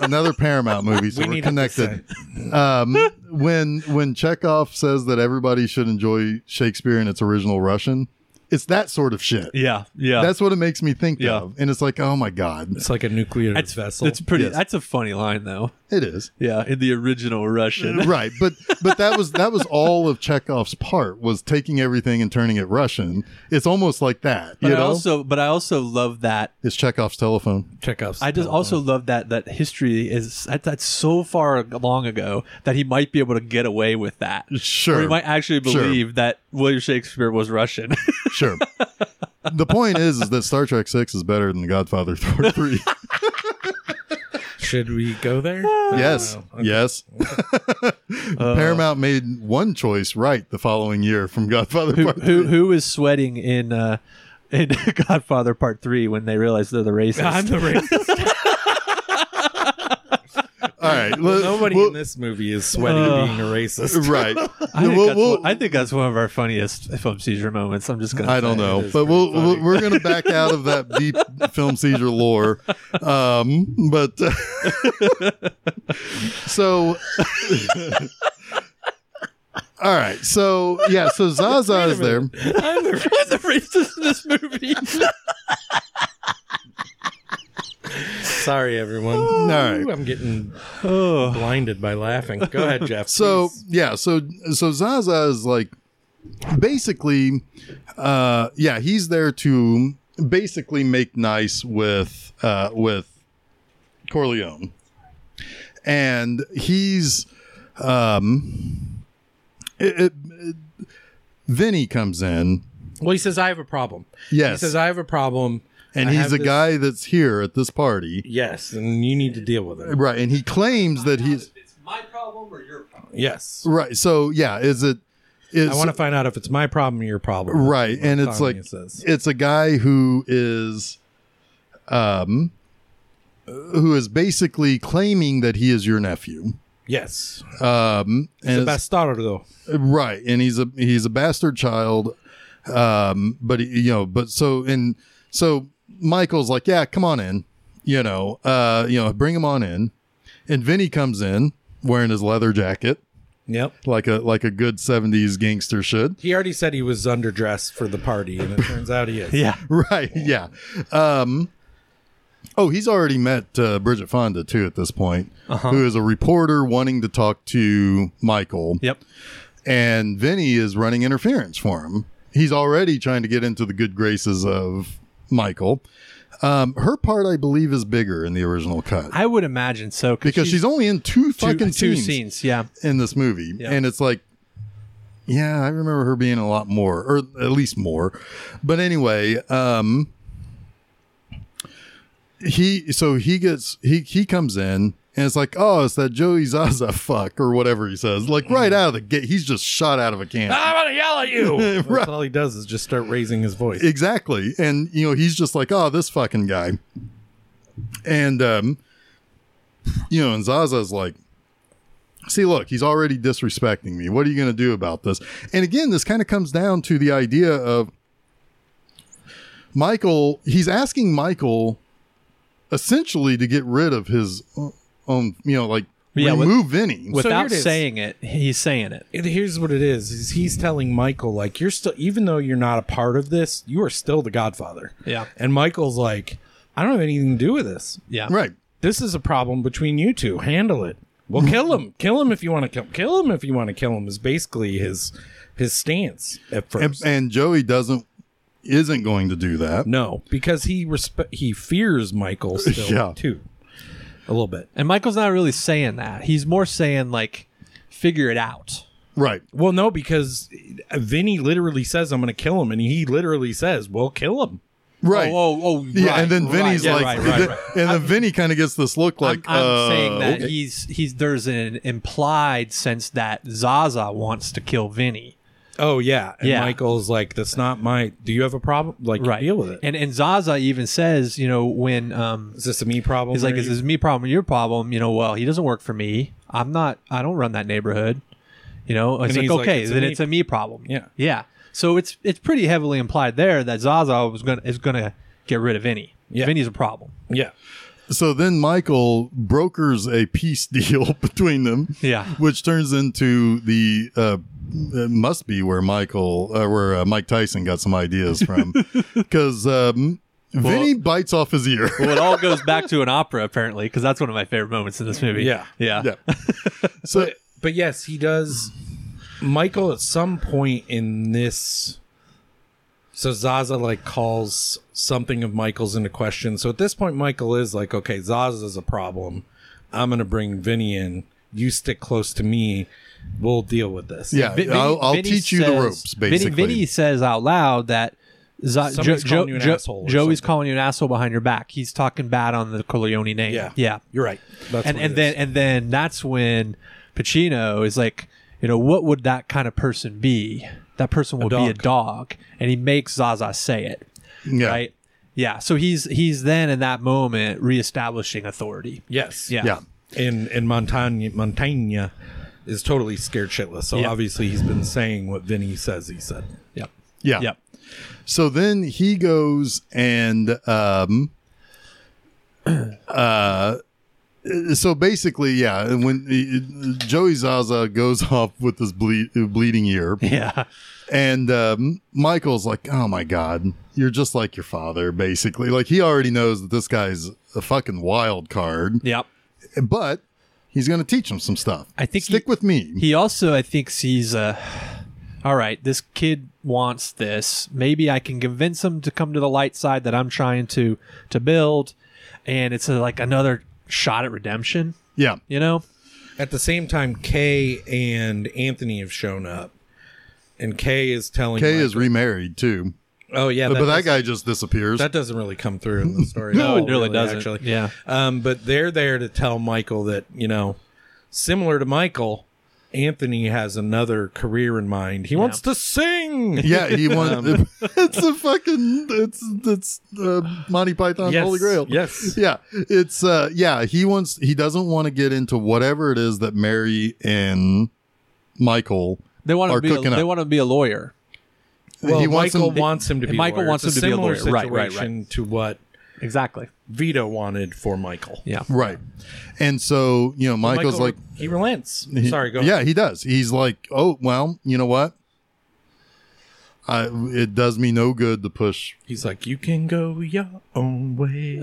S1: another Paramount movie, so
S2: we
S1: we are
S2: need
S1: connected. Um, when when Chekhov says that everybody should enjoy Shakespeare in its original Russian, It's that sort of shit.
S3: Yeah, yeah.
S1: That's what it makes me think
S3: Yeah.
S1: of. And it's like, oh my God.
S2: It's like a nuclear
S3: that's
S2: vessel.
S3: That's pretty.
S1: Yes.
S3: That's a funny line though.
S1: It is.
S3: Yeah, in the original Russian.
S1: right. But but that was that was all of Chekhov's part was taking everything and turning it Russian. It's almost like that.
S3: But
S1: you
S3: I
S1: know?
S3: also, but I also love that.
S1: it's Chekhov's telephone.
S2: Chekhov's.
S3: I just
S2: telephone.
S3: also love that that history is that, that's so far long ago that he might be able to get away with that. Or
S1: Sure.
S3: he might actually
S1: Sure.
S3: believe that William Shakespeare was Russian.
S1: Sure. the point is, is that Star Trek Six is better than The Godfather Part Three.
S2: Should we go there? I don't
S1: yes,
S2: know.
S1: yes.
S3: Uh,
S1: Paramount made one choice right the following year from Godfather
S3: who,
S1: Part
S3: who who is sweating in uh, in Godfather Part Three when they realize they're the racist?
S2: I'm the racist.
S1: All right,
S2: Nobody
S1: well,
S2: in this movie is sweating
S3: Uh,
S2: being a racist.
S1: right.
S3: I, think
S1: We'll-
S3: that's
S1: we'll-
S3: one, I think that's one of our funniest film seizure moments. I'm just gonna.
S1: I don't
S3: say.
S1: know,
S2: is
S1: but
S2: pretty
S1: we'll,
S2: funny.
S1: we'll we're gonna back out of that deep film seizure lore. Um, but uh, so, all right, so yeah, so Zaza is there.
S3: I'm the, I'm the racist in this movie.
S2: Sorry, everyone.
S1: right.
S2: I'm getting
S3: oh.
S2: blinded by laughing. Go ahead, Jeff.
S1: So
S2: please.
S1: yeah, so so Zaza is like basically, uh, yeah, he's there to basically make nice with uh, with Corleone, and he's um, it, it, Vinny comes in,
S2: well, he says I have a problem. He
S1: yes,
S2: says I have a problem,
S1: and
S2: I
S1: he's
S2: have
S1: the
S2: this-
S1: guy that's here at this party,
S2: Yes, and you need to deal with it.
S1: right? And he claims that he's
S3: It's my problem or your problem.
S2: Yes,
S1: right. So yeah, is it? Is,
S2: I want to find out if it's my problem or your problem.
S1: right and it's
S2: Tommy
S1: like
S2: says.
S1: it's a guy who is um who is basically claiming that he is your nephew
S2: Yes,
S1: um and
S2: the
S1: it's-
S2: best daughter though.
S1: right and he's a he's a bastard child um but he, you know but so and so michael's like yeah come on in you know uh you know bring him on in and vinny comes in wearing his leather jacket
S2: Yep.
S1: like a like a good 70s gangster should
S2: He already said he was underdressed for the party, and it turns out he is.
S3: Yeah.
S1: right yeah um oh he's already met uh, bridget fonda too at this point who is a reporter wanting to talk to michael
S3: Yep.
S1: and vinny is running interference for him he's already trying to get into the good graces of michael um, her part i believe is bigger in the original cut
S3: I would imagine so
S1: because she's, only in two
S3: two,
S1: fucking
S3: two
S1: scenes,
S3: scenes. Yeah.
S1: in this movie
S3: Yeah.
S1: and it's like yeah i remember her being a lot more or at least more but anyway um he so he gets he he comes in and it's like oh it's that joey zaza fuck or whatever he says like right out of the gate he's just shot out of a cannon
S2: I'm gonna yell at you.
S1: Right.
S2: That's all he does is just start raising his voice.
S1: exactly and you know he's just like oh this fucking guy and um you know and zaza's like see look he's already disrespecting me what are you going to do about this and again this kind of comes down to the idea of michael he's asking michael essentially to get rid of his o- own you know like
S3: Yeah, with-
S1: remove vinny
S3: Without
S2: it is.
S3: saying it, he's saying it.
S2: And here's what it is: is he's telling Michael like you're still, even though you're not a part of this, you are still the Godfather.
S3: Yeah.
S2: And Michael's like, I don't have anything to do with this.
S3: Yeah.
S1: right
S2: This is a problem between you two. Handle it. Well, kill him. Kill him if you want to kill. Kill him if you want to kill him is basically his his stance at
S1: and,
S2: first.
S1: and joey doesn't isn't going to do that
S2: no, because he respe- he fears Michael still
S1: Yeah.
S2: too, a little bit.
S3: And Michael's not really saying that. He's more saying like, figure it out.
S1: right
S2: Well, no, because Vinny literally says, "I'm going to kill him," and he literally says, "Well, kill him."
S1: right
S3: Oh, oh, oh
S1: Yeah,
S3: right,
S1: and then
S3: right,
S1: Vinny's
S3: yeah,
S1: like,
S3: right, right, right.
S1: and then Vinny kind of gets this look like,
S3: I'm, I'm
S1: uh,
S3: saying that
S1: okay.
S3: he's he's there's an implied sense that Zaza wants to kill Vinny.
S2: Oh yeah, and
S3: Yeah.
S2: Michael's like, "That's not my. Do you have a problem? Like, deal with it.
S3: And and Zaza even says, you know, when um
S2: Is this a me problem?
S3: he's like,
S2: Are
S3: is
S2: you-
S3: this me problem or your problem? You know, well, he doesn't work for me. I'm not I don't run that neighborhood. You know,
S2: And
S3: it's like,
S2: he's like,
S3: okay,
S2: it's a
S3: then
S2: me-
S3: it's a me problem.
S2: Yeah.
S3: Yeah. So it's it's pretty heavily implied there that Zaza was gonna is gonna get rid of Vinny.
S2: Yeah.
S3: Vinny's a problem.
S2: yeah."
S1: So then Michael brokers a peace deal between them,
S3: Yeah.
S1: which turns into the uh, it must be where Michael, uh, where uh, Mike Tyson got some ideas from, because um, Vinny bites off his ear.
S3: Well, it all goes back to an opera apparently, because that's one of my favorite moments in this movie.
S2: Yeah.
S3: yeah,
S1: yeah. So
S2: But yes, he does. Michael at some point in this, so Zaza like calls something of Michael's into question. So at this point, Michael is like, okay, Zaza's a problem. I'm gonna bring Vinny in. You stick close to me. We'll deal with this.
S1: yeah,
S3: Vin-
S1: I'll, I'll
S3: Vinny
S1: teach you the
S3: says-
S1: ropes.
S3: Vinny-
S1: Basically,
S3: Vinny, says out loud that Zo- jo-
S2: Somebody's
S3: jo-
S2: calling you an
S3: Jo-
S2: asshole or
S3: Joey's
S2: something.
S3: calling you an asshole behind your back. He's talking bad on the Corleone name.
S2: Yeah.
S3: yeah.
S2: you're right. That's
S3: and
S2: what
S3: and
S2: it
S3: then
S2: is.
S3: and then that's when Pacino is like, you know, what would that kind of person be? That person would be a
S2: dog.
S3: dog, and he makes Zaza say it,
S1: yeah.
S3: right? Yeah. So he's he's then in that moment reestablishing authority.
S2: yes,
S3: Yeah.
S1: Yeah.
S2: and and Montaigne Montaigne is totally scared shitless. So
S3: Yeah.
S2: obviously he's been saying what Vinny says he said.
S3: Yep.
S1: Yeah.
S3: Yep.
S1: So then he goes and um uh so basically yeah when Joey Zaza goes off with this ble- bleeding ear
S3: Yeah.
S1: and um Michael's like oh my god you're just like your father basically like he already knows that this guy's a fucking wild card
S3: Yep.
S1: but he's going to teach him some stuff
S3: I think
S1: stick
S3: he-
S1: with me
S3: He also, I think, sees uh, all right, this kid wants this. Maybe I can convince him to come to the light side that I'm trying to to build, and it's uh like another shot at redemption.
S1: yeah
S3: You know?
S2: At the same time, Kay and Anthony have shown up, and Kay is telling.
S1: Kay
S2: Michael-
S1: is remarried too
S2: Oh yeah,
S1: but that
S2: doesn't-
S1: guy just disappears
S2: that doesn't really come through in the story.
S1: No,
S2: at all,
S1: it
S3: really doesn't.
S2: Actually,
S3: Yeah.
S2: Um, but they're there to tell Michael that you know, similar to Michael, Anthony has another career in mind. He wants to sing.
S1: Yeah, he won. it's a fucking it's it's uh, Monty Python's
S2: Yes,
S1: Holy Grail.
S2: yes.
S1: yeah, it's uh yeah. He wants he doesn't want to get into whatever it is that Mary and Michael.
S3: They want
S1: Are
S3: to be. A,
S1: cooking up.
S3: they want to be a lawyer.
S2: Well,
S1: he wants
S2: Michael
S1: him-
S2: wants him to be. a
S3: Michael
S2: lawyer.
S3: wants
S2: It's
S3: him to be a
S2: similar
S3: lawyer. Right, right, right.
S2: situation To what
S3: Exactly.
S2: Vito wanted for Michael.
S3: Yeah.
S1: Right, and so you know Michael's
S2: Michael,
S1: like
S2: he relents.
S1: he-
S2: Sorry, go.
S1: yeah he does. He's like oh well you know what. I, it does me no good to push.
S2: He's like, you can go your own way.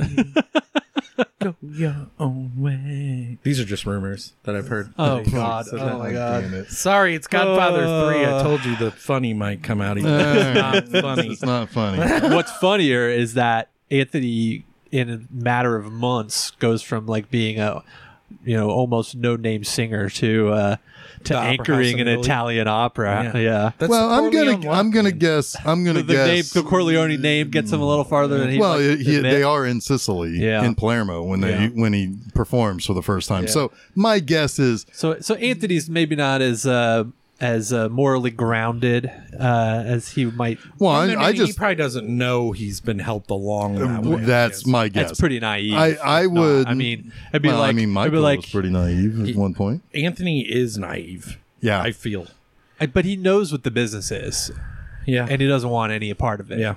S2: go your own way. These are just rumors that I've heard.
S3: Oh God.
S2: so
S3: Oh my God.
S1: Damn it.
S2: Sorry, it's Godfather
S3: Uh.
S2: 3. I told you the funny might come out. Even.
S1: Uh.
S2: it's not funny.
S1: It's not funny.
S3: What's funnier is that Anthony, in a matter of months, goes from like being a, you know, almost no name singer to uh, to
S2: The opera house
S3: anchoring
S2: in
S3: an
S2: Italy.
S3: Italian opera.
S2: Yeah.
S3: Yeah.
S2: That's
S1: well, I'm
S2: Corleone
S1: gonna, I'm gonna
S2: Lockman.
S1: guess, I'm
S3: The,
S1: gonna
S3: the name,
S1: guess
S3: the Corleone name gets him a little farther than he.
S1: well,
S3: like,
S1: he- he-
S3: admit.
S1: they are in Sicily,
S3: Yeah.
S1: in Palermo, when they
S2: Yeah.
S1: when he performs for the first time.
S2: Yeah.
S1: So my guess is,
S3: So so Anthony's maybe not as uh, as uh, morally grounded uh, as he might.
S1: well, I,
S2: mean,
S1: I
S2: he
S1: just Um,
S2: probably doesn't know he's been helped along that way. I
S1: that's
S2: guess.
S1: my guess.
S3: That's pretty naive.
S1: I- I
S3: If not,
S1: would-
S3: I mean, it'd be
S1: Well,
S3: like.
S1: I mean, Michael
S3: it'd be like,
S1: was pretty naive at one point.
S2: Anthony is naive.
S1: Yeah,
S2: I feel.
S3: I- but he knows what the business is,
S2: Yeah.
S3: and he doesn't want any part of it.
S2: yeah.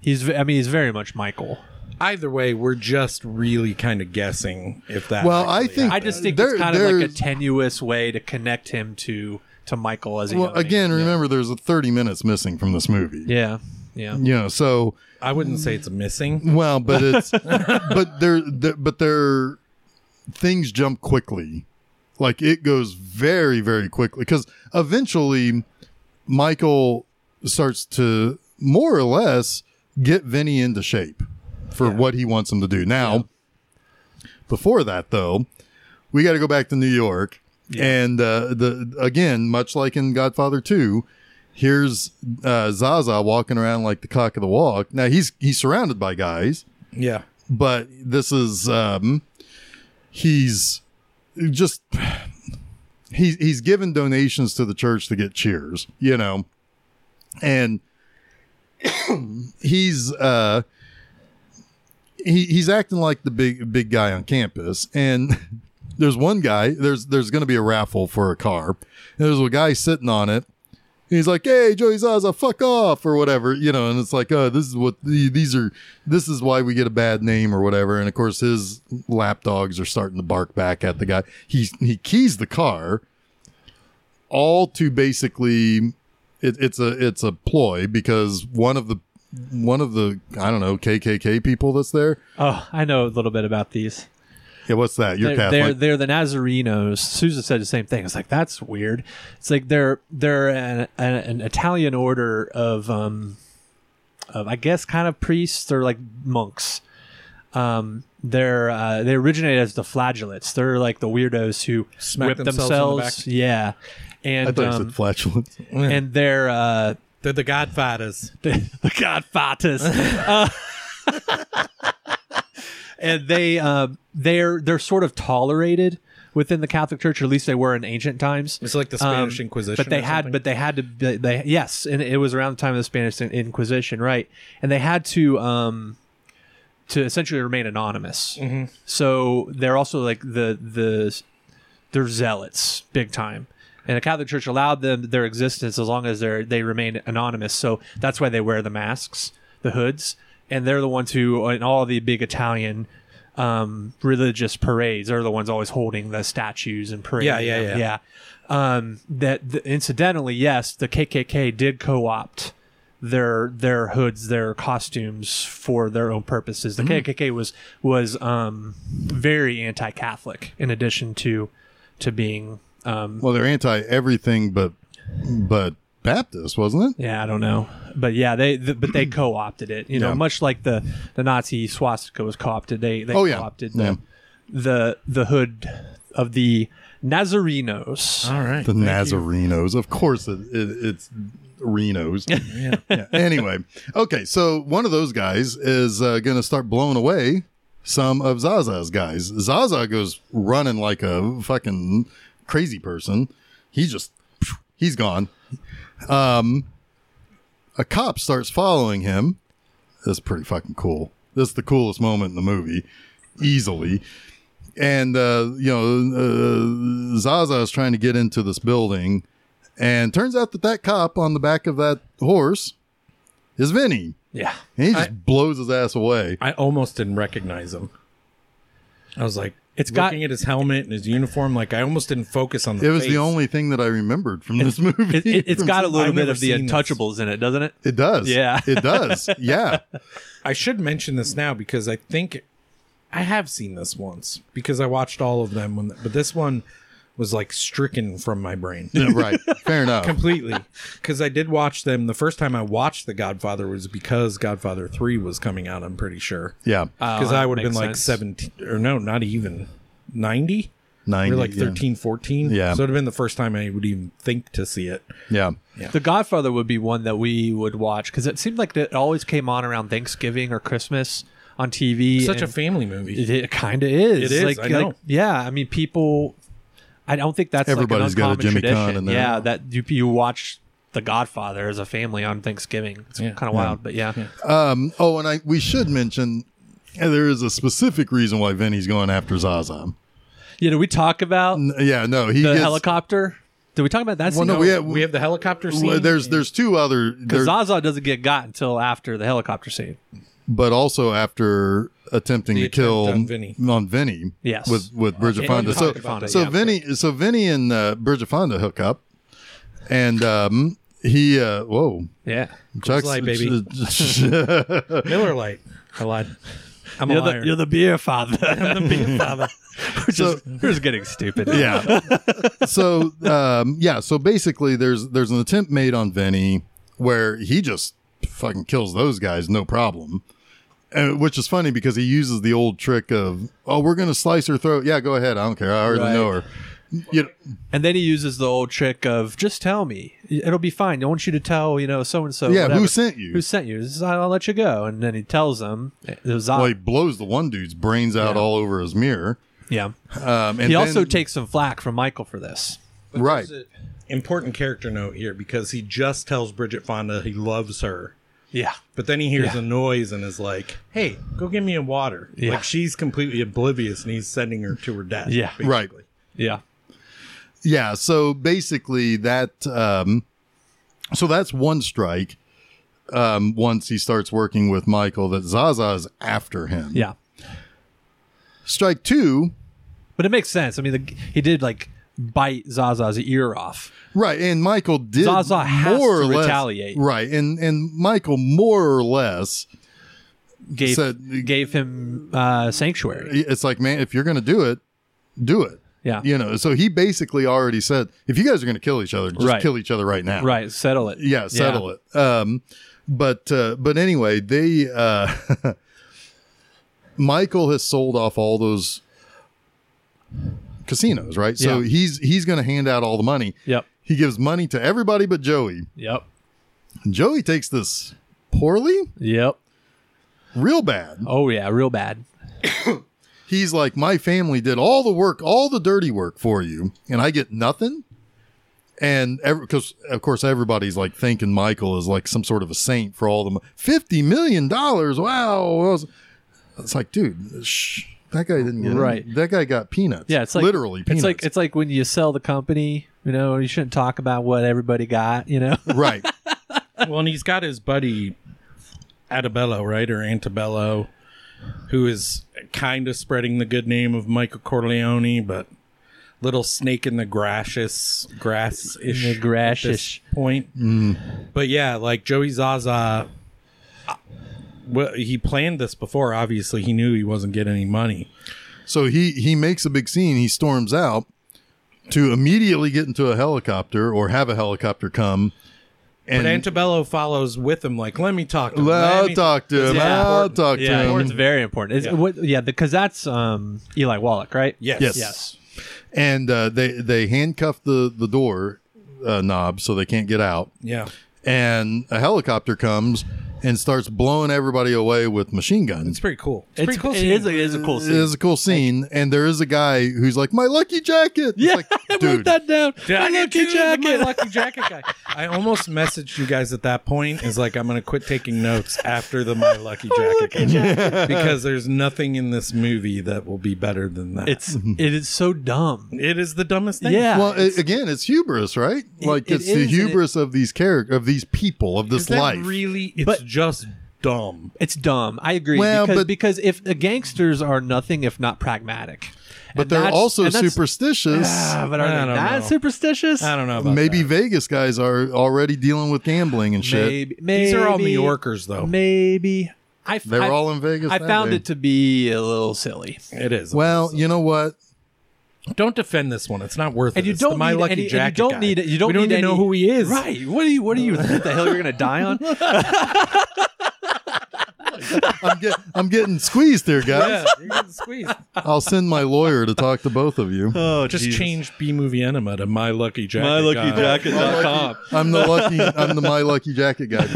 S3: He's, I mean, he's very much Michael.
S2: Either way, we're just really kind of guessing if that.
S1: Well, I
S2: actually
S1: think-
S3: I just think
S1: There-
S3: it's kind of like a
S1: there's-
S3: tenuous way to connect him to to Michael as a
S1: well,
S3: young man.
S1: again, remember, there's a 30 minutes missing from this movie.
S3: Yeah, yeah,
S1: You know, so
S2: I wouldn't say it's missing.
S1: well, but it's but there, there, but there, things jump quickly. Like it goes very, very quickly because eventually Michael starts to more or less get Vinny into shape for what he wants him to do. Now, before that though, we got to go back to New York, and uh, the again, much like in Godfather Two. Here's uh, Zaza walking around like the cock of the walk. Now he's he's surrounded by guys,
S2: Yeah.
S1: but this is um he's just he's he's given donations to the church to get cheers you know and he's uh he, he's acting like the big big guy on campus and there's one guy there's there's going to be a raffle for a car and there's a guy sitting on it he's like, "Hey, Joey Zaza, fuck off," or whatever, you know. And it's like, "Oh, this is what the, these are. This is why we get a bad name or whatever." And of course, his lapdogs are starting to bark back at the guy. He he keys the car, all to basically, it, it's a it's a ploy because one of the one of the I don't know KKK people that's there.
S3: Oh, I know a little bit about these.
S1: Yeah, what's that? You're
S3: they're,
S1: Catholic.
S3: they're they're the Nazarenos. Susan said the same thing. It's like that's weird. It's like they're they're an, an, an Italian order of um of I guess kind of priests or like monks. Um, they're uh, they originate as the flagellates. They're like the weirdos who
S2: Smack
S3: whip
S2: themselves
S3: themselves.
S2: in the
S3: yeah,
S1: I
S3: and
S1: thought you
S3: um,
S1: said flatulence.
S3: and they're uh,
S2: They're the Godfathers.
S3: the, the Godfathers. Uh, and they uh, they're they're sort of tolerated within the Catholic Church, or at least they were in ancient times.
S2: It's like the
S3: Um,
S2: Spanish Inquisition.
S3: But they
S2: or
S3: had,
S2: something.
S3: but they had to. They, they yes, and it was around the time of the Spanish In- Inquisition, right? And they had to um, to essentially remain anonymous.
S2: Mm-hmm.
S3: So they're also like the the they're zealots, big time. And the Catholic Church allowed them their existence as long as they they remain anonymous. So that's why they wear the masks, the hoods, and they're the ones who in all the big Italian um, religious parades are the ones always holding the statues and parading.
S2: Yeah, yeah,
S3: them.
S2: yeah.
S3: Um, that th- incidentally, yes, the KKK did co-opt their their hoods, their costumes for their own purposes.
S1: Mm-hmm.
S3: The KKK was was um, very anti-Catholic, in addition to to being um,
S1: Well, they're anti everything but but Baptist, wasn't it?
S3: yeah, I don't know, but yeah, they th- but they co-opted it. You know,
S1: Yeah.
S3: much like the the Nazi swastika was co-opted. They they
S1: Oh, yeah.
S3: co-opted
S1: Yeah.
S3: the the the hood of the Nazarenos.
S2: all right.
S1: The
S2: Thank you.
S1: Nazarenos, of course, it, it, it's Renos.
S2: Yeah.
S1: Yeah. Anyway, okay, so one of those guys is uh, going to start blowing away some of Zaza's guys. Zaza goes running like a fucking crazy person. He just he's gone. Um, a cop starts following him. That's pretty fucking cool. That's the coolest moment in the movie, easily. And uh, you know, uh, Zaza is trying to get into this building, and turns out that that cop on the back of that horse is Vinny,
S3: Yeah,
S1: and he just
S2: I-
S1: blows his ass away.
S2: I almost didn't recognize him. I was like, it's
S3: It's got-
S2: looking at his helmet and his uniform. Like I almost didn't focus on the.
S1: It was
S2: face.
S1: the only thing that I remembered from this movie.
S3: it, it, it's
S1: From-
S3: got a little
S2: I've
S3: bit
S2: never
S3: of the
S2: seen this.
S3: Untouchables in it, doesn't it?
S1: It does.
S3: Yeah.
S1: It does. Yeah.
S2: I should mention this now because I think I have seen this once because I watched all of them. When, but this one was like stricken from my brain.
S1: Yeah, right. Fair enough.
S2: completely because i did watch them the first time i watched the godfather was because godfather 3 was coming out i'm pretty sure
S1: yeah.
S2: because
S3: that
S2: i would have
S3: makes
S2: been like
S3: sense.
S2: 17 or no not even 90
S1: Nine.
S2: we are like 13 14
S1: Yeah.
S2: so it would have been the first time i would even think to see it
S1: Yeah.
S3: The Godfather would be one that we would watch because it seemed like it always came on around Thanksgiving or Christmas on TV.
S2: such a
S3: and
S2: family movie
S3: it, kind of
S2: It
S3: is.
S2: is,
S3: Like,
S2: I know.
S3: like- yeah, I mean, people. I don't think that's
S1: Everybody's
S3: like an
S1: got a
S3: uncommon
S1: Jimmy Caan
S3: tradition.
S1: in there.
S3: Yeah, that you you watch The Godfather as a family on Thanksgiving. It's
S2: Yeah.
S3: kind of wild, but yeah.
S1: Um, oh, and I we should mention uh, there is a specific reason why Vinny's going after Zaza.
S3: Yeah, did we talk about
S1: N- Yeah, no, he
S3: the
S1: gets,
S3: helicopter? Did we talk about that?
S1: Well,
S3: scene?
S1: no, we have,
S2: we have the helicopter
S1: well,
S2: scene
S1: there's there's two other
S3: because
S1: there,
S3: Zaza doesn't get got until after the helicopter scene.
S1: but also after attempting
S2: The
S1: to kill
S2: attempt on Vinny.
S1: on Vinny,
S3: Yes.
S1: with with Bridget Fonda.
S3: we
S1: So
S3: talked about that,
S1: so
S3: yeah.
S1: Vinny so Vinny and uh, Bridget Fonda hook up, and um, he uh, whoa
S3: Yeah,
S1: Chuck's
S2: Light, baby. miller light i lied i'm
S3: you're
S2: a
S3: the,
S2: liar
S3: you're the beer father.
S2: I'm the big father.
S3: We're
S1: So-
S3: just, we're just getting stupid.
S1: yeah. so um, yeah, so basically there's there's an attempt made on Vinny where he just fucking kills those guys no problem. And, which is funny because he uses the old trick of oh we're gonna slice her throat yeah go ahead I don't care I already
S3: Right.
S1: know her you know,
S3: And then he uses the old trick of just tell me. It'll be fine. I want you to tell, you know, so and so.
S1: yeah who sent you
S3: Who sent you? This is, I'll let you go. And then he tells them. It was
S1: well
S3: odd.
S1: he blows the one dude's brains out
S3: Uh, Yeah.
S1: all over his mirror
S3: yeah.
S1: um, and
S3: He also
S1: then-
S3: takes some flack from Michael for this.
S1: right
S2: Important character note here because he just tells Bridget Fonda he loves her.
S3: Yeah.
S2: But then he hears
S3: Yeah.
S2: a noise and is like, "Hey, go get me a water."
S3: Yeah.
S2: Like she's completely oblivious, and he's sending her to her death.
S3: Yeah.
S1: Right.
S2: basically.
S3: Yeah.
S1: yeah so basically that um, So that's one strike. Um, once he starts working with Michael, that Zaza is after him.
S3: Yeah.
S1: Strike two,
S3: But it makes sense. I mean, the, he did like bite Zaza's ear off.
S1: right? And Michael did
S3: Zaza has
S1: more or
S3: to
S1: less,
S3: retaliate.
S1: right? And and Michael more or less,
S3: Gave
S1: Said-
S3: gave him uh, sanctuary.
S1: it's like, man, if you're going to do it, do it.
S3: Yeah.
S1: You know, so he basically already said, if you guys are going to kill each other, just
S3: Right.
S1: kill each other right now.
S3: Right. Settle it.
S1: yeah settle it um but uh but anyway they uh michael has sold off all those casinos right so
S3: Yeah.
S1: he's he's gonna hand out all the money
S3: Yep.
S1: he gives money to everybody but joey
S3: Yep.
S1: joey takes this poorly
S3: Yep.
S1: real bad
S3: Oh yeah. Real bad.
S1: he's like my family did all the work all the dirty work for you and i get nothing and because of course everybody's like thinking michael is like some sort of a saint for all the mo- 50 million dollars wow it's like dude shh, that guy didn't get
S3: Right.
S1: it. that guy got peanuts
S3: Yeah. It's like
S1: literally peanuts
S3: It's like it's like when you sell the company. You know, you shouldn't talk about what everybody got. You know.
S1: right
S2: well, and he's got his buddy Atabello, right, or Antebello, who is kind of spreading the good name of Michael Corleone, but little snake in the grasses, grass ish,
S3: In the Mm. grasses.
S2: point. But yeah, like Joey Zaza. uh, Well, he planned this before. Obviously, he knew he wasn't getting any money.
S1: so he he makes a big scene he storms out to immediately get into a helicopter or have a helicopter come and
S2: But Antebello follows with him, like, "Let me talk to him.
S1: I'll
S2: Let me-
S1: talk to him.
S3: Yeah.
S1: I'll talk to
S2: Yeah.
S1: him.
S3: Or it's very important. It's,
S2: Yeah.
S3: What, yeah, because that's um, Eli Wallach, right?
S2: Yes.
S1: Yes.
S3: Yes.
S1: and uh, they they handcuff the the door uh, knob so they can't get out.
S2: Yeah.
S1: And a helicopter comes and starts blowing everybody away with machine guns.
S2: It's pretty cool. It's,
S3: It's,
S2: pretty cool.
S3: it,
S2: scene.
S3: is a, it is a cool
S1: It
S3: scene.
S1: is a cool scene, and there is a guy who's like, "My lucky jacket." It's
S3: Yeah,
S1: like,
S3: I wrote
S1: dude,
S3: that down.
S2: Yeah,
S3: My
S2: I get
S3: lucky
S2: two of my
S3: jacket.
S2: lucky jacket guy. I almost messaged you guys at that point. Is like I'm gonna quit taking notes after the my lucky jacket guy. because there's nothing in this movie that will be better than that.
S3: It's
S1: Mm-hmm.
S3: it is so dumb.
S2: it is the dumbest thing.
S3: Yeah.
S1: well, it, again, it's hubris, right? Like
S3: it
S1: it's the
S3: is, and it-
S1: hubris of these characters, of these people, of
S2: Is
S1: this
S2: that
S1: life.
S2: really? It's
S3: But-
S2: just dumb.
S3: It's dumb. I agree.
S1: Well,
S3: because,
S1: but-
S3: because if the gangsters are nothing if not pragmatic,
S1: but
S3: And
S1: they're
S3: that's-
S1: also
S3: and that's-
S1: superstitious.
S3: Ah, but are
S2: I
S3: they
S2: don't
S3: not
S2: know.
S3: superstitious?
S2: I don't know about
S1: Maybe
S2: that.
S1: Vegas guys are already dealing with gambling and shit.
S3: Maybe, maybe
S2: these are all New Yorkers though.
S3: Maybe I. f-
S1: They're
S3: I-
S1: all in Vegas.
S3: I
S1: that
S3: found
S1: day.
S3: it to be a little silly,
S2: It is.
S1: Well, you know what?
S2: don't defend this one. It's not worth
S3: and
S2: it.
S3: you
S2: It's
S3: don't
S2: the my
S3: need
S2: lucky
S3: any, and
S2: jacket.
S3: you don't
S2: guy.
S3: need it. You don't
S2: we don't
S3: need
S2: even
S3: any,
S2: know who he is.
S3: Right? What do you? What do you? What the hell you're gonna die on?
S1: I'm, get, I'm getting squeezed here, guys.
S2: Yeah, you're getting squeezed.
S1: I'll send my lawyer to talk to both of you.
S3: Oh,
S2: Just change B movie enema to my lucky jacket. guy.
S3: MyLuckyJacket.com.
S1: I'm the lucky. I'm the my lucky jacket guy.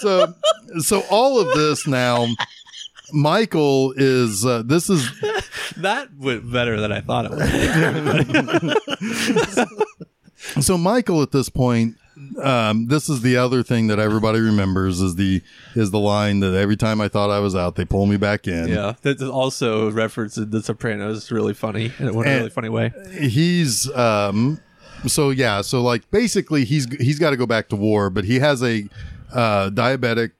S1: so, so all of this now, Michael is. Uh, this is
S3: That went better than I thought it would.
S1: so Michael at this point. Um, this is the other thing that everybody remembers is the is the line that every time I thought I was out, they pull me back in.
S3: yeah, that also referenced in The Sopranos. Really funny in a
S1: And-
S3: really funny way.
S1: he's um so yeah so like basically he's he's got to go back to war but he has a uh diabetic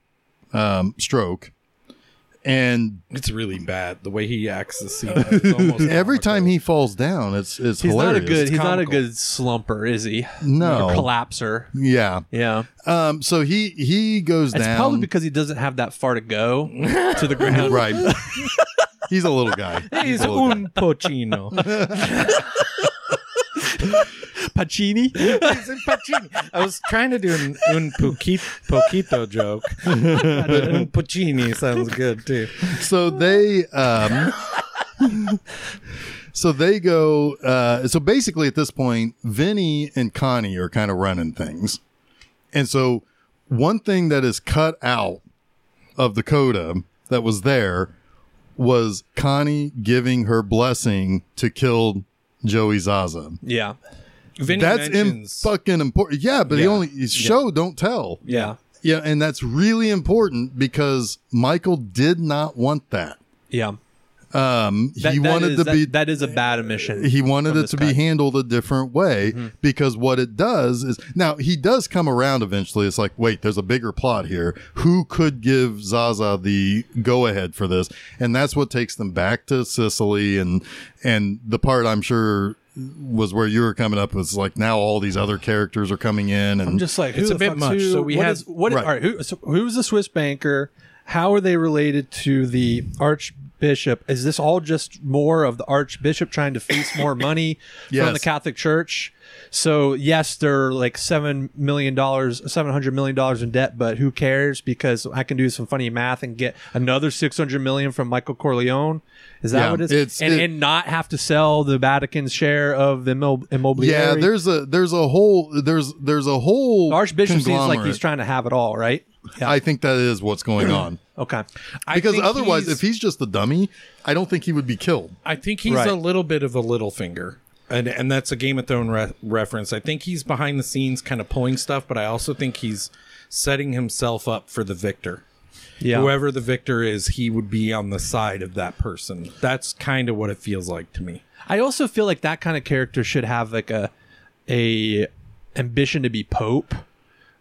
S1: um stroke and
S2: It's really bad the way he acts the scene. It's almost
S1: every time
S2: comical.
S1: he falls down it's it's
S3: He's
S1: hilarious
S3: not a good. He's not a
S2: comical.
S3: good slumper, is he?
S1: No.
S3: Or collapser.
S1: yeah
S3: Yeah,
S1: um so he he goes
S3: it's
S1: down
S3: probably because he doesn't have that far to go to the ground.
S1: right he's a little guy
S2: he's
S1: a little guy.
S2: un pochino.
S3: Pacini.
S2: he's a pochino. I was trying to do an un poquito, poquito joke, but un pochini sounds good too.
S1: so they um so they go uh so basically at this point vinny and connie are kind of running things and so one thing that is cut out of the coda that was there was connie giving her blessing to kill joey zaza
S3: Yeah,
S2: Vinny
S1: that's Im-
S2: mentions-
S1: fucking important yeah but he
S2: Yeah.
S1: only it's show don't tell
S3: yeah,
S1: yeah and that's really important because michael did not want that
S3: yeah.
S1: Um,
S3: That-
S1: he
S3: that
S1: wanted
S3: is-
S1: to
S3: that-
S1: be
S3: that is a bad omission.
S1: he wanted
S3: from Mm-hmm.
S1: it
S3: this
S1: to
S3: guy.
S1: be handled a different way because what it does is now he does come around eventually. It's like, wait, there's a bigger plot here. Who could give Zaza the go ahead for this? And that's what takes them back to Sicily and and the part I'm sure was where you were coming up was like now all these other characters are coming in and
S3: I'm just like, who
S2: It's
S3: the
S2: a bit
S3: fuck's
S2: much.
S3: Who?
S2: So we
S3: What
S2: had-
S3: is- what?
S1: Right.
S3: All right, who, so who's the Swiss banker? How are they related to the Archbishop? Is this all just more of the Archbishop trying to fleece more money
S1: Yes.
S3: from the Catholic Church? So yes, they're like seven million dollars, seven hundred million dollars in debt, but who cares? Because I can do some funny math and get another six hundred million from Michael Corleone. Is that
S1: Yeah,
S3: what it is?
S1: it's-
S3: and,
S1: it-
S3: and not have to sell the Vatican's share of the immo- immobiliary.
S1: yeah, there's a there's a whole there's there's a whole
S3: The Archbishop seems like he's
S1: conglomerate.
S3: trying to have it all, right?
S1: I think that is what's going on.
S3: Okay.
S2: I
S1: Because
S2: think
S1: otherwise,
S2: he's-
S1: if he's just a dummy, I don't think he would be killed.
S2: I think he's
S3: Right.
S2: a little bit of a little finger. And, and that's a Game of Thrones re- reference. I think he's behind the scenes kind of pulling stuff, but I also think he's setting himself up for the victor.
S3: Yeah.
S2: Whoever the victor is, he would be on the side of that person. That's kind of what it feels like to me.
S3: I also feel like that kind of character should have like a a ambition to be pope,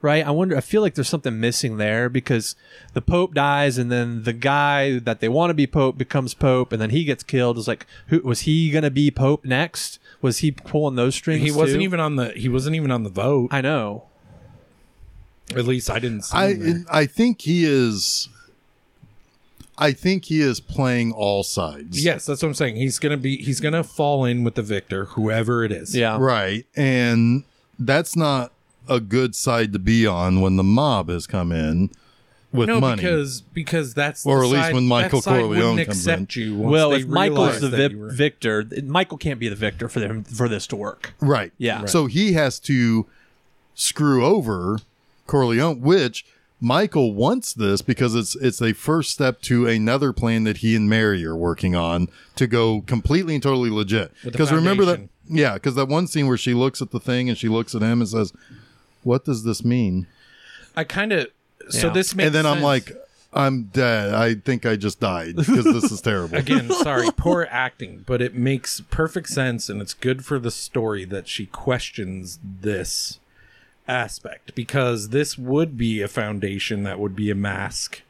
S3: right? I wonder I feel like there's something missing there because the pope dies and then the guy that they want to be pope becomes pope and then he gets killed. Is like who was he going to be pope next? Was he pulling those strings?
S2: He wasn't
S3: too?
S2: even on the he wasn't even on the vote.
S3: I know.
S2: At least I didn't see him there.
S1: I I think he is. I think he is playing all sides.
S2: Yes, that's what I'm saying. He's gonna be he's gonna fall in with the victor, whoever it is.
S3: Yeah.
S1: Right, and that's not a good side to be on when the mob has come in with
S2: No,
S1: money.
S2: because because that's
S1: Or
S2: the
S1: at least
S2: side-
S1: when Michael
S2: that side
S1: Corleone
S2: wouldn't
S1: comes
S2: accept you. Once
S3: Well,
S2: they
S3: if Michael's
S2: realized
S3: the
S2: that
S3: vi-
S2: you were-
S3: victor, th- Michael can't be the victor for them for this to work.
S1: right.
S3: Yeah.
S1: So he has to screw over Corleone, which Michael wants this because it's it's a first step to another plan that he and Mary are working on to go completely and totally legit.
S2: With the
S1: Because remember that,
S2: foundation.
S1: yeah, because that one scene where she looks at the thing and she looks at him and says, "What does this mean?"
S2: I kind of so
S3: Yeah.
S2: this makes
S1: and then I'm
S2: sense.
S1: like, "I'm dead. I think I just died because this is terrible."
S2: again, sorry, poor acting, but it makes perfect sense and it's good for the story that she questions this aspect because this would be a foundation that would be a mask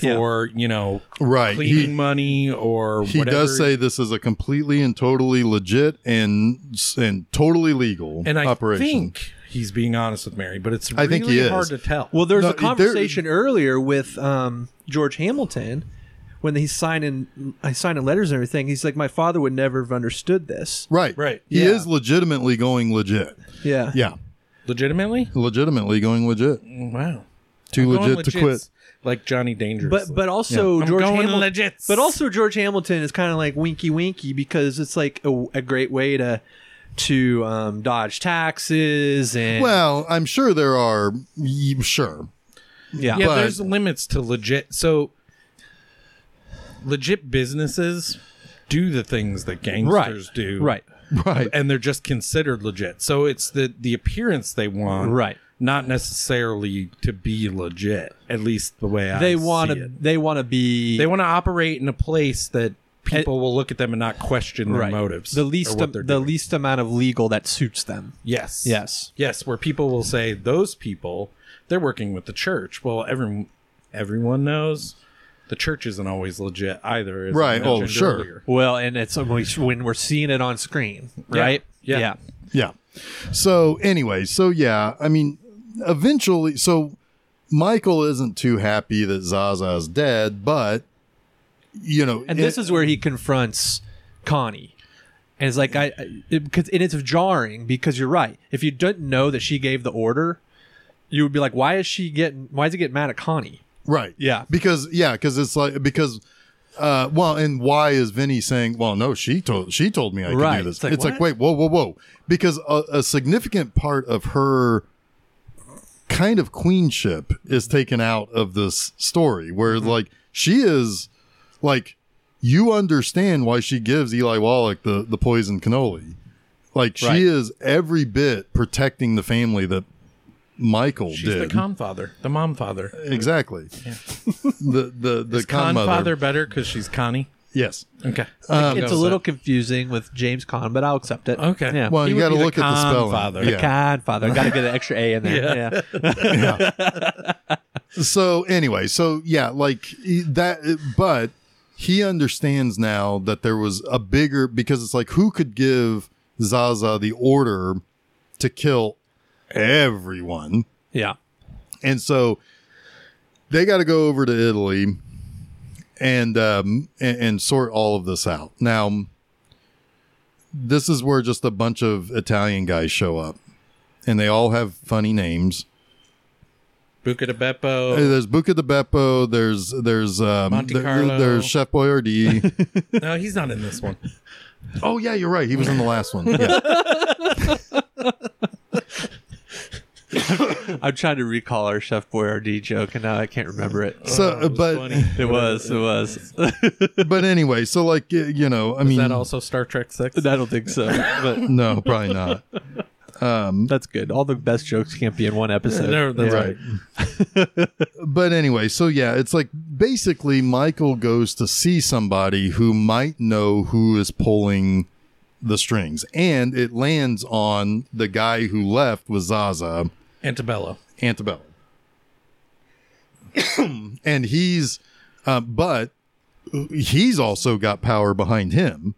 S3: Yeah.
S2: for, you know,
S1: Right.
S2: cleaning
S1: He-
S2: money or
S1: He
S2: whatever.
S1: does say this is a completely and totally legit and and totally legal
S2: and I
S1: operation.
S2: think he's being honest with Mary, but it's
S1: I
S2: really
S1: think he is.
S2: hard to tell.
S3: Well, there's
S1: No,
S3: a
S1: there-
S3: conversation earlier with um, George Hamilton when he's signing, I signing letters and everything. He's like, my father would never have understood this.
S1: Right.
S2: Right.
S1: He
S3: Yeah.
S1: is legitimately going legit.
S3: Yeah.
S1: Yeah.
S2: legitimately?
S1: Legitimately going legit.
S2: Wow.
S1: Too
S2: Going
S1: legit to
S2: legits,
S1: quit.
S2: Like Johnny Dangerous.
S3: But but also
S2: I'm
S3: George
S2: going
S3: Hamilton.
S2: legits.
S3: But also George Hamilton is kind of like winky winky because it's like a, a great way to to um, dodge taxes and
S1: Well, I'm sure there are y- sure.
S3: yeah.
S2: yeah,
S1: But-
S2: there's limits to legit. So legit businesses do the things that gangsters do,
S3: Right.
S1: Right.
S2: And they're just considered legit. So it's the the appearance they want,
S3: Right.
S2: Not necessarily to be legit. At least the way I
S3: They
S2: want to.
S3: They want to be.
S2: They want to operate in a place that people will look at them and not question their
S3: right.
S2: motives.
S3: The
S2: or
S3: least
S2: what
S3: am- the
S2: they're doing.
S3: least amount of legal that suits them.
S2: Yes.
S3: Yes.
S2: Yes, where people will say those people they're working with the church. Well, everyone everyone knows the church isn't always legit either. as I
S1: Right. Oh,
S2: mentioned
S1: sure.
S2: earlier.
S3: Well, and it's when we- when we're seeing it on screen,
S2: Yeah.
S3: right?
S2: Yeah.
S1: Yeah. So anyway, so yeah, I mean, eventually, so Michael isn't too happy that Zaza's dead, but you know,
S3: And this
S1: it-
S3: is where he confronts Connie. And it's like I, I- it, cause, and it's jarring because you're right. If you didn't know that she gave the order, you would be like, why is she getting? Why is he getting mad at Connie?
S1: right,
S3: Yeah.
S1: because yeah, because it's like because. Uh, well, and why is Vinny saying, "Well, no, she told she told me I could
S3: Right.
S1: do this."
S3: It's
S1: It's
S3: like,
S1: like, wait,
S3: what?
S1: whoa, whoa, whoa, because a, a significant part of her kind of queenship is taken out of this story, where
S3: Mm-hmm.
S1: like she is like you understand why she gives Eli Wallach the the poison cannoli, like she
S3: Right.
S1: is every bit protecting the family that Michael
S2: She's
S1: did
S2: the confather, the mom father.
S1: exactly the the the
S2: Is
S1: con mother.
S2: confather better because she's Connie?
S1: Yes.
S2: Okay.
S1: Um,
S3: it's a little confusing with James Con, but I'll accept it.
S2: Okay.
S3: Yeah.
S1: Well,
S2: He
S1: you
S2: would
S1: got to
S2: be the
S1: look at the
S2: con
S1: spelling.
S2: father.
S3: the
S1: Yeah.
S3: Con father. Got to get an extra A in there.
S2: Yeah.
S3: yeah.
S1: so anyway, so yeah, like he- that, but he understands now that there was a bigger because it's like who could give Zaza the order to kill everyone,
S3: Yeah.
S1: and so they got to go over to Italy and um and, and sort all of this out. Now, this is where just a bunch of Italian guys show up, and they all have funny names.
S2: Buca de
S1: Hey,
S2: Beppo.
S1: there's Buca de Beppo. There's there's um,
S2: Monte
S1: there-
S2: Carlo.
S1: There's Chef Boyardee.
S2: no, he's not in this one.
S1: oh yeah, you're right. He was in the last one. Yeah.
S3: I'm trying to recall our Chef Boyardee joke, and now I can't remember it.
S1: So,
S2: Oh, it was
S1: but
S2: funny.
S3: It was. It was.
S1: but anyway, so like y- you know, I mean,
S2: Is that also Star Trek Six?
S1: Uh,
S3: I don't think so, but
S1: no, probably not. Um,
S3: that's good. All the best jokes can't be in one episode.
S2: No, that's
S1: right. but anyway, so yeah, it's like basically Michael goes to see somebody who might know who is pulling the strings, and it lands on the guy who left with Zaza.
S2: Antebello.
S1: Antebellum. and he's, uh, but he's also got power behind him,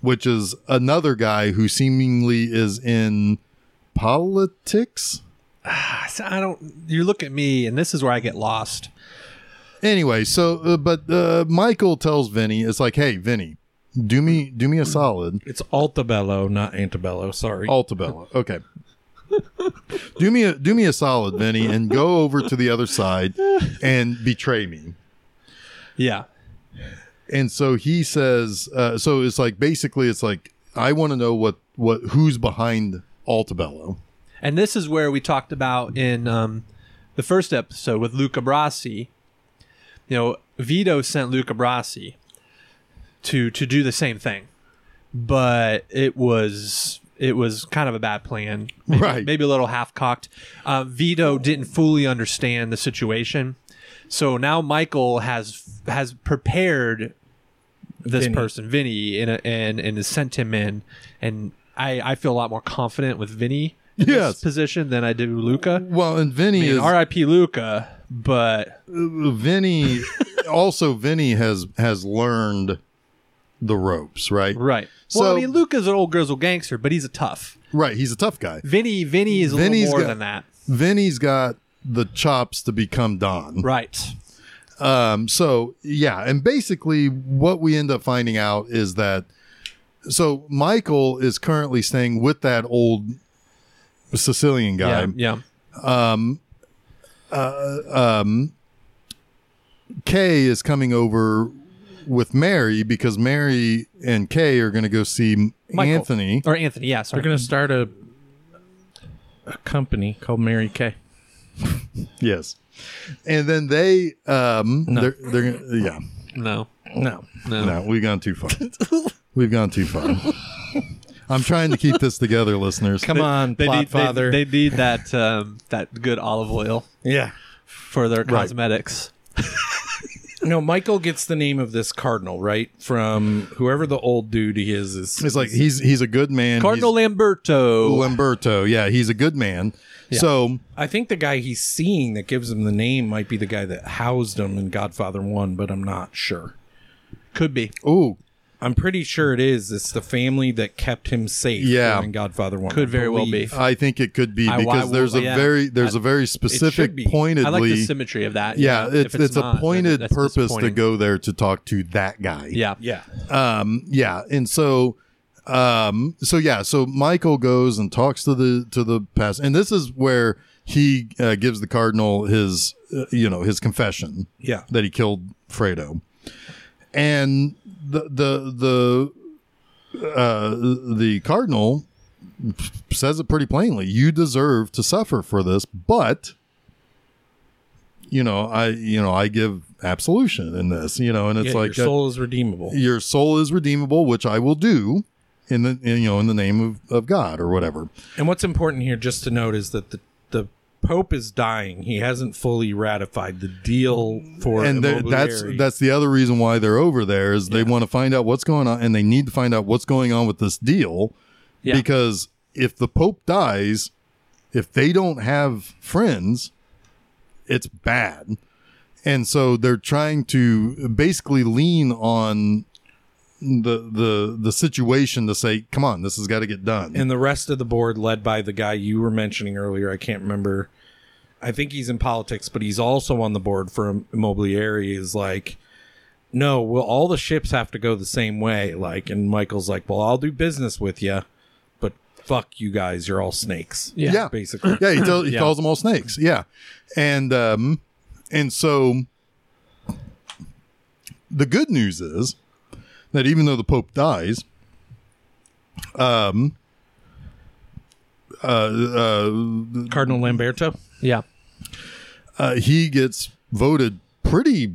S1: which is another guy who seemingly is in politics.
S3: I s- I don't. You look at me, and this is where I get lost.
S1: Anyway, so uh, but uh, Michael tells Vinny, it's like, hey, Vinny, do me do me a solid.
S2: It's Altabello, not Antebello. Sorry.
S1: Altabella. Okay. do me a do me a solid, Vinny, and go over to the other side and betray me.
S3: Yeah.
S1: and so he says uh, so it's like basically it's like i want to know what what who's behind altabello
S3: And this is where we talked about in um, the first episode with Luca Brasi. You know, Vito sent Luca Brasi to to do the same thing, but it was it was kind of a bad plan, maybe,
S1: Right.
S3: Maybe a little half cocked. Uh, Vito didn't fully understand the situation, so now Michael has has prepared this
S2: Vinny.
S3: person, Vinny, and and and has sent him in, and I I feel a lot more confident with Vinny in
S1: Yes.
S3: this position than I do Luca.
S1: well and vinny
S3: I mean,
S1: is uh,
S3: R.I.P. Luca, but
S1: vinny also vinny has has learned the ropes right
S3: right. well,
S1: So-
S3: I mean, Luca's an old grizzle gangster, but he's a tough.
S1: right he's a tough guy
S3: Vinny, Vinny is a
S1: Vinny's
S3: little more
S1: got-
S3: than that,
S1: vinny's got the chops to become don
S3: right?
S1: Um, so yeah, and basically what we end up finding out is that so Michael is currently staying with that old Sicilian guy,
S3: Yeah, yeah,
S1: Kay is coming over with Mary because Mary and Kay are going to go see
S3: Michael. Oh.
S1: Anthony.
S3: or Anthony. Yeah, sorry.
S2: They're going to start a a company called Mary Kay.
S1: Yes. And then they, um, they're, they're, gonna- yeah,
S3: no,
S2: No.
S3: no,
S1: no, we've gone too far. we've gone too far. I'm trying to keep this together, listeners.
S2: Come on,
S3: They
S2: plot
S3: need, they,
S2: father.
S3: they need that um, that good olive oil
S2: yeah.
S3: for their cosmetics.
S2: No, Michael gets the name of this cardinal, right? From whoever the old dude he is. is
S1: It's like he's he's a good man.
S3: Cardinal Lamberto.
S1: Lamberto. Yeah, he's a good man. So
S2: I think the guy he's seeing that gives him the name might be the guy that housed him in Godfather 1, but I'm not sure.
S3: Could be.
S1: ooh,
S2: I'm pretty sure it is. It's the family that kept him safe
S1: Yeah.
S2: during Godfather 1.
S3: Could
S2: I
S3: very well be.
S2: believe.
S1: I think it could be
S3: I-
S1: because
S3: I-
S1: there's a
S3: yeah.
S1: very there's a very specific
S2: be. I like the
S1: pointedly
S3: I like the symmetry of that.
S1: yeah,
S3: If
S1: it's it's,
S3: not,
S1: a
S3: then
S1: pointed
S3: that's
S1: purpose to
S3: disappointing.
S1: go there to talk to that guy.
S3: Yeah,
S2: Yeah.
S1: Um yeah, and so um so yeah, so Michael goes and talks to the to the past and this is where he uh, gives the cardinal his uh, you know, his confession.
S2: Yeah.
S1: that he killed Fredo. And the the the uh, the cardinal says it pretty plainly. You deserve to suffer for this, but you know, I you know, I give absolution in this, you know, and it's
S2: Yeah,
S1: like
S2: your
S1: uh,
S2: soul is redeemable.
S1: your soul is redeemable, which I will do in the in, you know, in the name of, of God or whatever.
S2: And what's important here just to note is that the the Pope is dying. He hasn't fully ratified the deal for
S1: and
S2: the
S1: they're- that's
S2: mobiliary.
S1: that's the other reason why they're over there is they want to find out what's going on and they need to find out what's going on with this deal
S3: Yeah.
S1: because if the pope dies if they don't have friends it's bad and so they're trying to basically lean on the the the situation to say come on this has got to get done
S2: and the rest of the board led by the guy you were mentioning earlier i can't remember i think he's in politics but he's also on the board for mobiliary is like no well all the ships have to go the same way like and michael's like well i'll do business with you but fuck you guys you're all snakes
S3: Yeah.
S1: Yeah.
S2: basically
S1: yeah, he, tell, he
S2: Yeah.
S1: calls them all snakes. Yeah, and um, and so the good news is that even though the Pope dies, um, uh, uh,
S2: cardinal lamberto
S3: Yeah.
S1: uh, he gets voted pretty,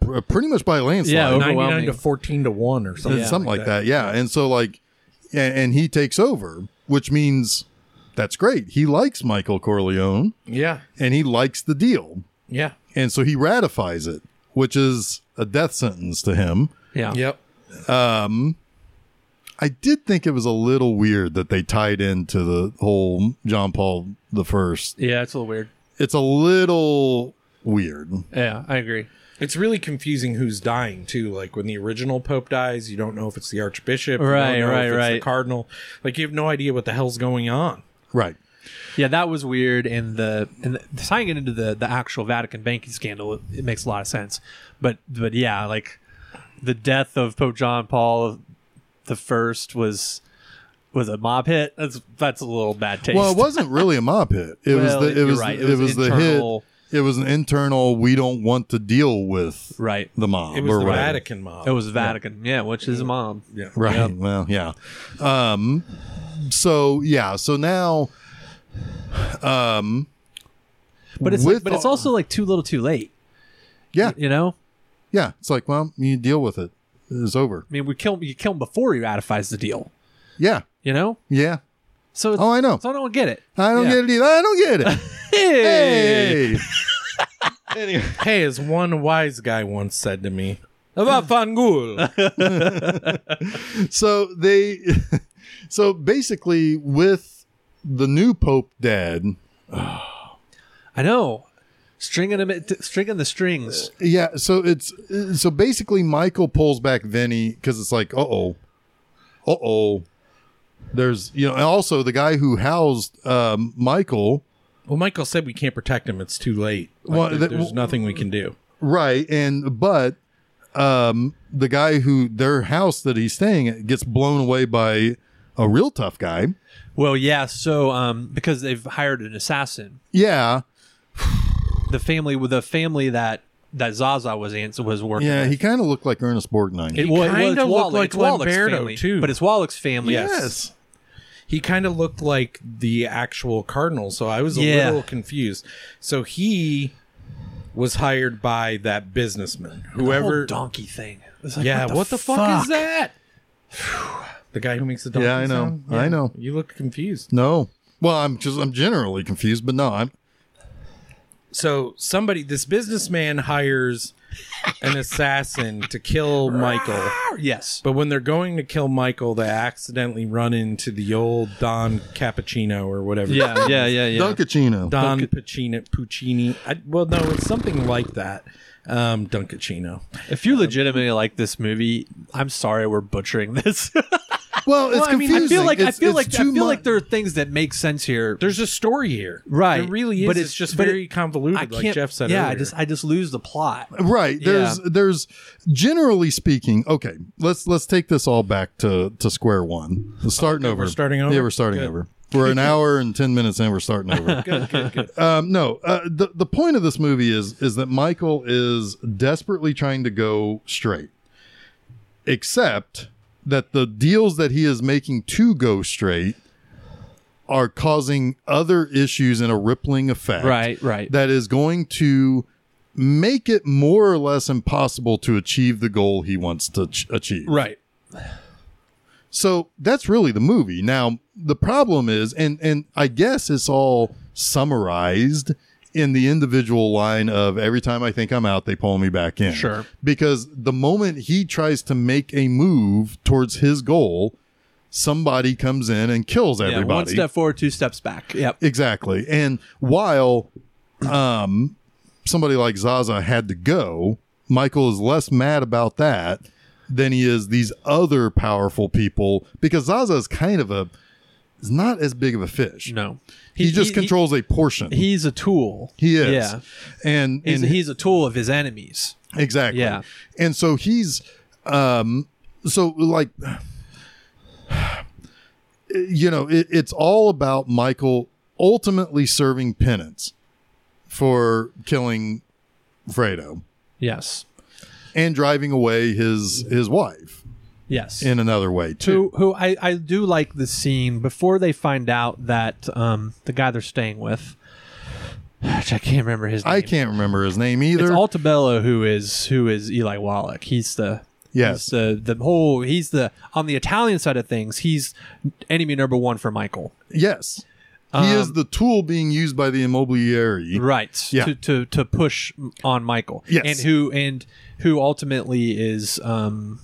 S1: pr- pretty much by a landslide.
S3: Yeah, over-
S2: 99
S3: Overwhelming.
S2: to 14 to 1 or something
S1: and something like that. oh, Yeah. And so like, and, and he takes over, which means that's great. He likes Michael Corleone
S2: yeah
S1: and he likes the deal.
S2: yeah
S1: and so he ratifies it, which is a death sentence to him.
S3: Yeah.
S2: yep
S1: I did think it was a little weird that they tied into the whole John Paul the First.
S3: Yeah, it's a little weird.
S1: It's a little weird.
S3: Yeah, I agree.
S2: It's really confusing who's dying too. Like when the original Pope dies, you don't know if it's the Archbishop, you don't
S3: Right,
S2: know if
S3: right,
S2: it's the
S3: right.
S2: Cardinal. Like you have no idea what the hell's going on.
S1: Right.
S3: Yeah, that was weird. And the and the, tying it into the the actual Vatican banking scandal, it, it makes a lot of sense. But but yeah, like the death of Pope John Paul the first was was a mob hit. That's that's a little bad taste.
S1: Well, it wasn't really a mob hit. It
S3: Well,
S1: was the it
S3: you're
S1: was,
S3: right.
S1: it
S3: It
S1: was
S3: was
S1: the
S3: internal-
S1: hit. It was an internal. We don't want to deal with
S3: right.
S1: the mob
S2: It was
S1: or
S2: the
S1: whatever.
S2: Vatican mob.
S3: It was Vatican. Yeah, which is a mob.
S2: yeah.
S1: Right.
S3: Yep.
S1: Well, yeah. Um so yeah, so now um
S3: But it's
S1: with
S3: like, but it's
S1: all-
S3: also like too little, too late.
S1: Yeah.
S3: You know,
S1: Yeah, it's like, well, you deal with it. It's over.
S3: I mean, we kill you kill him before he ratifies the deal.
S1: Yeah,
S3: You know,
S1: yeah.
S3: so it's,
S1: Oh, I know.
S3: so I don't get it.
S1: I don't
S3: Yeah.
S1: get it either. I don't get it. hey,
S2: Hey, as one wise guy once said to me about Fangul.
S1: so they, so basically, with the new pope dead,
S3: I know, stringing him, at- stringing the strings.
S1: yeah. So it's so basically, Michael pulls back Vinny because it's like, uh oh, uh oh. There's you know, and also the guy who housed um, Michael,
S2: well, Michael said we can't protect him. It's too late. Like,
S1: Well,
S2: there-
S1: that-
S2: there's nothing we can do.
S1: right? And but um, the guy who their house that he's staying at gets blown away by a real tough guy.
S3: Well, yeah. So, um, because they've hired an assassin,
S1: Yeah,
S3: the family with the family that that Zaza was in was working.
S1: Yeah,
S3: with.
S1: he kind of looked like Ernest Borgnine.
S3: It,
S2: He
S3: well, it- well,
S2: kinda
S3: it's
S2: looked
S3: Wallach-
S2: like
S3: it's Wallach's
S2: Lamberto,
S3: family,
S2: too.
S3: but it's Wallach's family.
S2: Yes. He kind of looked like the actual cardinal, so I was a
S3: Yeah.
S2: little confused. So he was hired by that businessman,
S3: Whole
S2: whoever
S3: donkey thing. It's like,
S2: yeah, what the, fuck, is that? the guy who makes the donkey
S1: Yeah, I know.
S2: sound?
S1: I know.
S2: You look confused.
S1: no, well, I'm just I'm generally confused, but no, I'm
S2: So somebody, this businessman hires an assassin to kill Michael.
S3: Yes.
S2: But when they're going to kill Michael, they accidentally run into the old Don Cappuccino or whatever.
S3: Yeah. Yeah. Yeah. Yeah.
S1: Dunkachino.
S2: Don Pacino, Puccini. I, well, no, it's something like that. Um, Dunkachino.
S3: If you legitimately like this movie, I'm sorry we're butchering this.
S1: well, it's
S2: I mean, I
S1: confusing.
S3: I feel like I
S1: It's- it's
S3: feel like I
S1: too
S3: feel
S1: mu-
S3: like there are things that make sense here.
S2: There's a story here,
S3: Right.
S2: It really is.
S3: But
S2: But
S3: it's-
S2: it's, just
S3: but it-
S2: very convoluted,
S3: I can't.
S2: like Jeff said.
S3: yeah, I
S2: earlier.
S3: just I just lose the plot.
S1: right there's
S3: Yeah.
S1: there's generally speaking. Okay, let's let's take this all back to to square one. We're starting over.
S2: Oh, we're starting over?
S1: Yeah, we're starting
S2: Good.
S1: over. We're an hour and ten minutes in. We're starting over.
S2: good, good, good.
S1: um, no, uh, the the point of this movie is is that Michael is desperately trying to go straight, except that the deals that he is making to go straight are causing other issues in a rippling effect.
S3: Right, right.
S1: That is going to make it more or less impossible to achieve the goal he wants to ch- achieve.
S3: Right.
S1: So that's really the movie. Now the problem is, and and I guess it's all summarized in the individual line of every time I think I'm out, they pull me back in.
S3: Sure.
S1: Because the moment he tries to make a move towards his goal, somebody comes in and kills
S3: Yeah,
S1: everybody.
S3: one step forward, two steps back. Yep.
S1: Exactly. And while um somebody like Zaza had to go, Michael is less mad about that than he is these other powerful people because Zaza is kind of a is not as big of a fish.
S3: No.
S1: He, just controls a portion. He,
S3: he's a tool.
S1: is.
S3: Yeah.
S1: And
S3: He's,
S1: and
S3: he's a tool of his enemies.
S1: Exactly.
S3: Yeah.
S1: And so he's um so like you know, it, it's all about Michael ultimately serving penance for killing Fredo
S3: Yes.
S1: and driving away his his wife
S3: Yes.
S1: in another way too.
S3: who who I, I do like the scene before they find out that um the guy they're staying with which I can't remember his name.
S1: I can't remember his name
S3: It's
S1: either.
S3: Altabello who is who is Eli Wallach. He's the
S1: Yes.
S3: he's the the whole he's the on the Italian side of things. He's enemy number one for Michael.
S1: yes. he
S3: Um,
S1: is the tool being used by the immobiliari.
S3: right
S1: Yeah.
S3: to, to to push on michael
S1: Yes.
S3: and who and who ultimately is um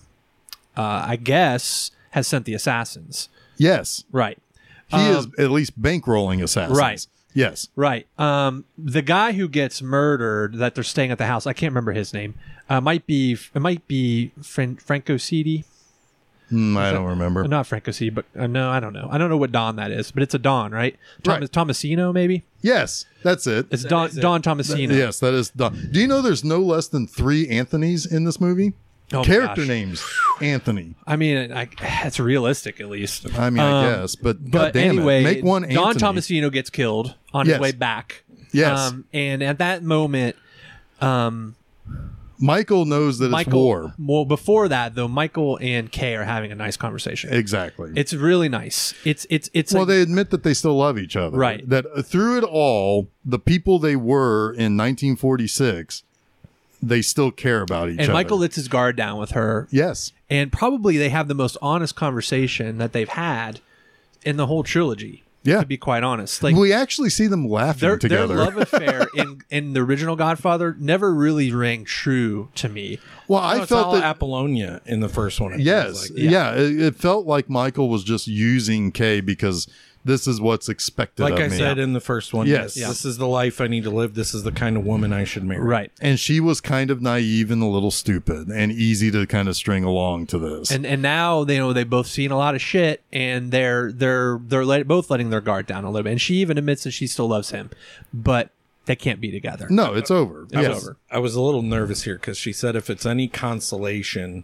S3: uh i guess has sent the assassins
S1: Yes.
S3: right
S1: He is at least bankrolling assassins.
S3: um, Right.
S1: Yes.
S3: right um the guy who gets murdered that they're staying at the house i can't remember his name uh might be it might be Fran- franco cd
S1: Mm, I don't remember.
S3: not franco cd but uh, no i don't know i don't know what don that is but it's a don right thomas
S1: Right.
S3: tomasino maybe
S1: Yes, that's it.
S3: it's don
S2: is it.
S3: don tomasino
S1: Yes, that is done. Do you know there's no less than three Anthony's in this movie?
S3: Oh my
S1: Character
S3: gosh.
S1: names Anthony.
S3: i mean I, it's realistic at least
S1: I mean,
S3: Um,
S1: I guess, but,
S3: But
S1: goddamn
S3: anyway,
S1: it. make one
S3: Don
S1: Anthony.
S3: Tomasino gets killed on
S1: Yes.
S3: his way back. Um,
S1: Yes.
S3: and at that moment, um,
S1: Michael knows that it's
S3: Michael.
S1: war.
S3: Well, before that though, Michael and Kay are having a nice conversation.
S1: Exactly.
S3: it's really nice. It's it's it's
S1: well,
S3: like-
S1: they admit that they still love each other.
S3: Right.
S1: That uh, through it all, the people they were in 1946, they still care about each
S3: and
S1: other.
S3: Michael lets his guard down with her,
S1: Yes.
S3: and probably they have the most honest conversation that they've had in the whole trilogy.
S1: Yeah.
S3: to be quite honest, like.
S1: we actually see them laughing
S3: their, their
S1: together.
S3: love affair in, in the original Godfather never really rang true to me.
S1: well, I
S2: No, it's
S1: felt
S2: all
S1: that
S2: Apollonia in the first one. it feels
S1: Yes.
S2: like.
S1: yeah. it, it felt like Michael was just using Kay because this is what's expected
S2: Like
S1: of
S2: I
S1: me.
S2: said in the first one,
S1: Yes.
S2: yes, this is the life I need to live. This is the kind of woman I should marry.
S3: Right.
S1: and she was kind of naive and a little stupid and easy to kind of string along to this.
S3: and and now they know they've both seen a lot of shit and they're they're they're let, both letting their guard down a little bit and she even admits that she still loves him but they can't be together
S1: no, it's over.
S3: It's
S1: Yes.
S3: over.
S2: I was a little nervous here because she said if it's any consolation,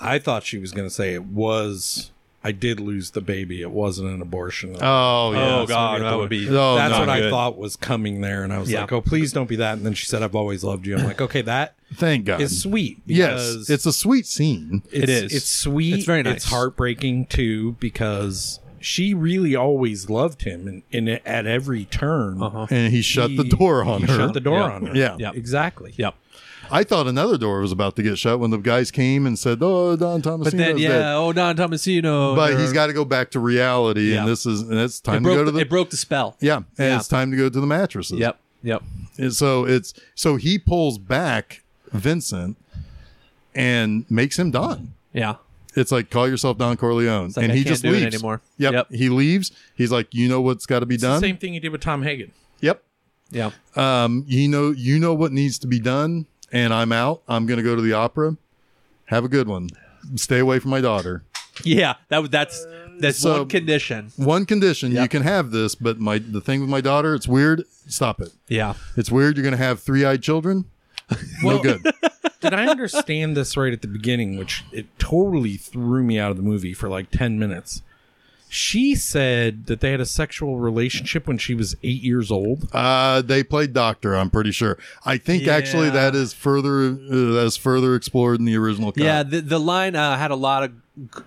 S2: I thought she was going to say it was. I did lose the baby. It wasn't an abortion.
S1: Oh, yeah.
S2: Oh, God, that would be-
S1: Oh,
S2: That's
S1: no,
S2: what I
S1: good.
S2: thought was coming there, and I was
S3: Yeah.
S2: like, "Oh, please don't be that." And then she said, "I've always loved you." I'm like, "Okay, that
S1: Thank God.
S2: is sweet."
S1: yes.
S2: because
S1: It's a sweet scene.
S2: it's,
S3: is.
S2: It's sweet.
S3: It's very nice.
S2: It's heartbreaking too because she really always loved him, and, and at every turn,
S1: And he shut the
S2: he-
S1: door on
S2: he
S1: her.
S2: Shut the door
S3: Uh-huh. Yeah.
S2: on her.
S1: Yeah.
S3: Yeah.
S2: exactly.
S3: yep
S1: I thought another door was about to get shut when the guys came and said, Oh, Don Thomasino's
S3: but then yeah
S1: dead.
S3: oh don tomasino
S1: But
S3: or-
S1: he's got to go back to reality, and
S3: Yeah.
S1: this is and it's
S3: it
S1: time to
S3: broke,
S1: go to
S3: the,
S1: the
S3: it broke the spell
S1: yeah, and
S3: Yeah.
S1: it's time to go to the mattresses.
S3: yep yep
S1: And so it's so he pulls back Vincent and makes him Don.
S3: yeah
S1: It's like call yourself Don Corleone,
S3: like,
S1: and
S3: I
S1: he
S3: can't
S1: just
S3: do it
S1: leaves
S3: anymore.
S1: Yep.
S3: Yep.
S1: he leaves. He's like, you know what's got to be
S2: It's the
S1: done.
S2: same thing he did with Tom Hagen.
S1: Yep.
S3: yeah
S1: Um, you know, you know what needs to be done, and I'm out. I'm gonna go to the opera. Have a good one. Stay away from my daughter.
S3: yeah that was that's that's
S1: So-
S3: one condition
S1: One condition: you
S3: Yep.
S1: can have this, but my the thing with my daughter, it's weird. Stop it.
S3: yeah
S1: It's weird. You're gonna have three eyed children. no
S2: Well-
S1: good.
S2: Did I understand this right at the beginning, which it totally threw me out of the movie for like 10 minutes? She said that they had a sexual relationship when she was eight years old.
S1: Uh, they played doctor. I'm pretty sure. I think actually
S3: Yeah.
S1: that is further uh, that is further explored in the original. Cut.
S3: yeah the, the line uh, had a lot of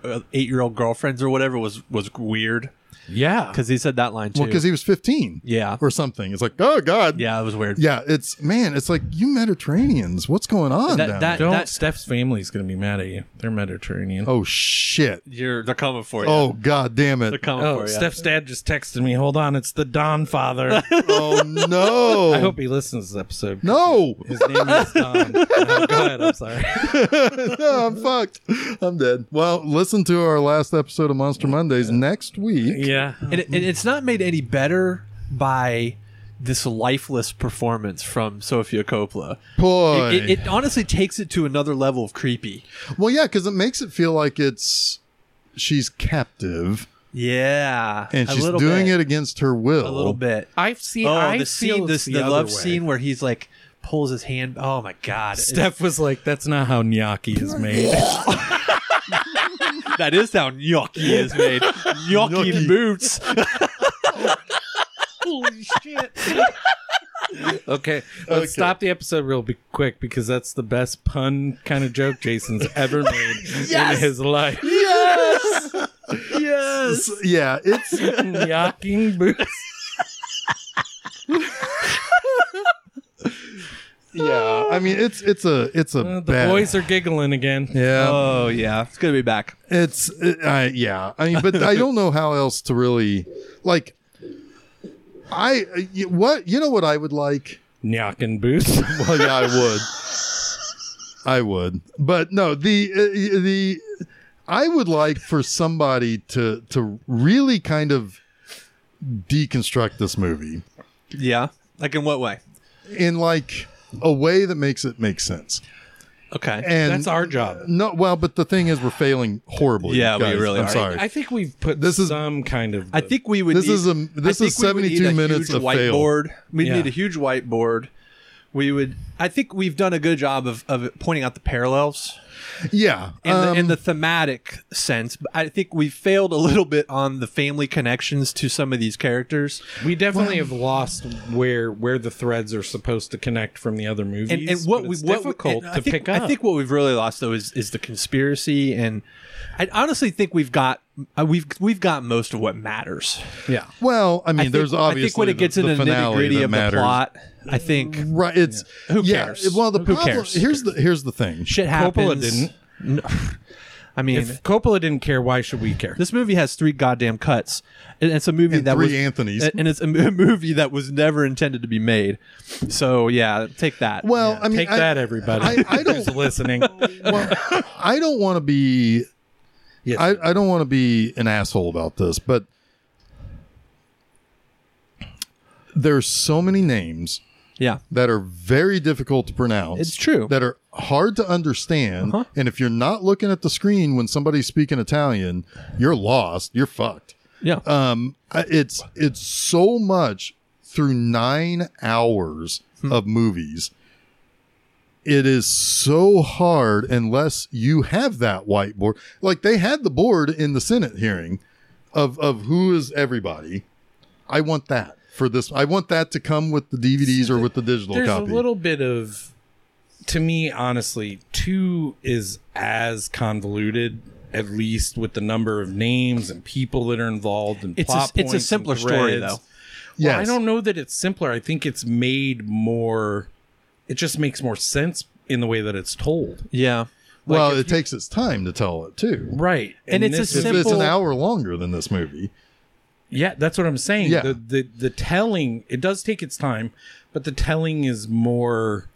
S3: uh, eight-year-old girlfriends or whatever was was weird
S2: Yeah.
S3: because he said that line too.
S1: Well, because he was 15
S3: yeah,
S1: or something. It's like, oh God.
S3: yeah, it was weird.
S1: Yeah, it's man, it's like you Mediterraneans, what's going on?
S3: That-
S1: down
S3: that-
S1: there?
S2: Don't. Steph's family's going to be mad at you. They're Mediterranean.
S1: oh shit.
S3: You're they're coming for you.
S1: Oh god damn
S3: they're
S1: it.
S3: coming
S2: Oh,
S3: for you.
S2: Steph's dad just texted me. Hold on, it's the Don father.
S1: Oh no.
S2: I hope he listens to this episode.
S1: no.
S2: His name is Don. Uh, go ahead. I'm sorry.
S1: no, I'm fucked. I'm dead. Well, listen to our last episode of Monster Mondays next week.
S2: Yeah.
S3: and, it, and it's not made any better by this lifeless performance from Sofia Coppola.
S1: Boy.
S3: It, it, it honestly takes it to another level of creepy.
S1: well, yeah, because it makes it feel like it's she's captive
S3: Yeah,
S1: and she's doing it against her will.
S3: a little bit.
S2: I've seen.
S3: Oh,
S2: I
S3: the
S2: feel
S3: scene,
S2: it's
S3: this
S2: the,
S3: the, love
S2: other way.
S3: scene where he's like pulls his hand. Oh my god, It's-
S2: Steph was like, "That's not how gnocchi is made."
S3: that is how gnocchi is made. gnocchi
S1: Gnocchi.
S3: boots.
S2: Holy shit! okay, let's
S1: Okay.
S2: stop the episode real be- quick because that's the best pun kind of joke Jason's ever made
S3: Yes!
S2: in his life.
S3: Yes, yes.
S1: S- Yeah, it's
S2: Knocking boots.
S1: yeah. I mean, it's it's a it's a
S2: Uh, the
S1: bad-
S2: boys are giggling again.
S1: yeah.
S3: Oh yeah, it's gonna be back.
S1: It's it, I yeah. I mean, but I don't know how else to really like. I uh, y- what you know what I would like.
S2: Knocking boots.
S1: Well, yeah, I would. I would, but no the uh, the I would like for somebody to to really kind of deconstruct this movie
S3: Yeah, like in what way?
S1: in like a way that makes it make sense.
S3: Okay.
S1: And
S2: That's our job.
S1: No, well, but the thing is, we're failing horribly.
S3: Yeah, we
S1: guys.
S3: really
S1: I'm
S3: are.
S1: sorry.
S2: I think we've put
S1: This is-
S2: some kind of.
S3: I think we would.
S1: This
S3: need,
S1: is a- this
S3: I
S1: is
S3: think we would need
S1: 72
S3: a
S1: minutes
S3: huge
S1: of fail.
S3: whiteboard. We would
S2: Yeah.
S3: need a huge whiteboard. We would. I think we've done a good job of, of pointing out the parallels
S1: yeah,
S3: in,
S1: um,
S3: the, in the thematic sense. But I think we failed a little bit on the family connections to some of these characters.
S2: we definitely have lost where where the threads are supposed to connect from the other movies.
S3: and, and what
S2: but
S3: we
S2: it's
S3: what we-
S2: difficult to
S3: and I think,
S2: pick up.
S3: I think what we've really lost though is is the conspiracy, and I honestly think we've got uh, we've we've got most of what matters.
S2: yeah.
S1: well, I mean,
S3: I think-
S1: there's obviously
S3: I think when it
S1: the-
S3: gets
S1: the
S3: into the nitty
S1: finale
S3: gritty
S1: that
S3: of
S1: matters.
S3: the plot, I think
S1: right? It's
S3: Who
S1: yeah,
S3: cares?
S1: Well, the
S3: Who
S1: problem
S3: cares?
S1: here's the here's the thing.
S3: shit happens.
S2: Coppola didn't.
S3: No. I mean,
S2: If Coppola didn't care, why should we care?
S3: this movie has three goddamn cuts, and it's a movie
S1: And
S3: that
S1: three
S3: was
S1: Anthonys.
S3: and it's a mo- movie that was never intended to be made. So yeah, take that.
S1: Well, I mean,
S2: Take
S1: I,
S2: that, everybody
S1: I- I
S2: who's
S1: don't-
S2: listening.
S1: well, I don't want to be.
S2: Yes.
S1: I, I don't want to be an asshole about this, but there's so many names
S3: yeah,
S1: that are very difficult to pronounce.
S3: It's true.
S1: That are hard to understand,
S3: Uh-huh.
S1: and if you're not looking at the screen when somebody's speaking Italian, you're lost. You're fucked.
S3: yeah.
S1: um I- it's it's so much through nine hours
S2: Hmm.
S1: of movies it is so hard unless you have that whiteboard like they had the board in the senate hearing of of who is everybody i want that for this i want that to come with the dvds or with the digital
S2: There's
S1: copy
S2: a little bit of, to me, honestly, two is as convoluted, at least with the number of names and people that are involved and
S3: It's a-
S2: plot
S3: it's a
S2: points and
S3: simpler story,
S2: threads.
S3: though.
S1: yes
S2: I don't know that it's simpler. I think it's made more. It just makes more sense in the way that it's told.
S3: yeah.
S1: well it takes its time to tell it too
S2: Right,
S3: And it's a
S2: this is-
S1: It's- it's an
S3: Simple-
S1: hour longer than this movie
S2: Yeah, that's what I'm saying.
S1: Yeah.
S2: The, the the telling it does take its time, but the telling is more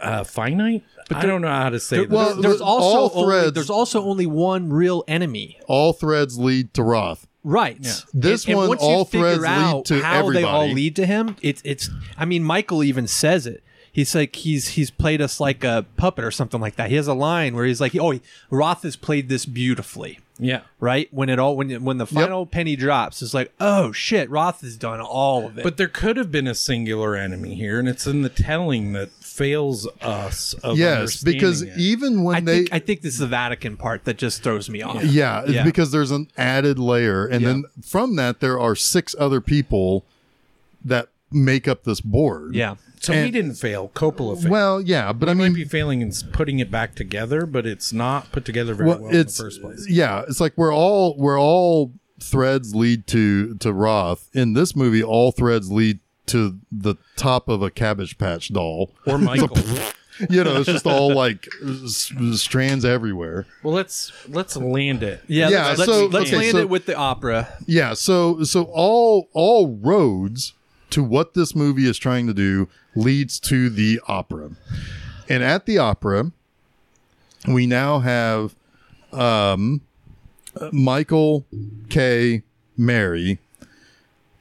S2: uh, finite. But I don't know how to say. that.
S1: well-
S3: there's
S1: but
S3: also
S1: all
S3: only,
S1: threads-
S3: there's also only one real enemy.
S1: all threads lead to roth
S3: Right.
S1: This
S3: and,
S1: one,
S3: and once you
S1: all
S3: figure
S1: threads lead
S3: out
S1: to
S3: how they all
S1: everybody.
S3: lead to him. It's it's. I mean, Michael even says it. He's like he's he's played us like a puppet or something like that. He has a line where he's like, "Oh, he- Roth has played this beautifully."
S2: yeah,
S3: Right when it all when it- when the final penny drops, it's like, "Oh shit, Roth has done all of it."
S2: but there could have been a singular enemy here, and it's in the telling that fails us. Of
S1: yes because
S2: understanding it.
S1: even when
S3: I
S1: they
S3: think I think this is the Vatican part that just throws me off.
S1: Yeah, it's
S3: Yeah.
S1: because there's an added layer, and then from that there are six other people that make up this board.
S3: Yeah.
S2: so we
S1: and-
S2: didn't fail. Coppola failed.
S1: Well, yeah, but I
S2: might
S1: mean,
S2: be failing in s- putting it back together, but it's not put together very well,
S1: well, it's
S2: in the first place.
S1: yeah, it's like we're all we're all threads lead to to Roth. In this movie, all threads lead to the top of a Cabbage Patch doll.
S2: or Michael.
S1: You know, it's just all like s- strands everywhere.
S2: well, let's let's land it.
S3: Yeah,
S1: Yeah,
S3: let's,
S1: so-
S3: let's, let's
S1: okay,
S3: land
S1: so-
S3: it with the opera.
S1: Yeah, so so all all roads to what this movie is trying to do leads to the opera. And at the opera, we now have um Michael K, Mary,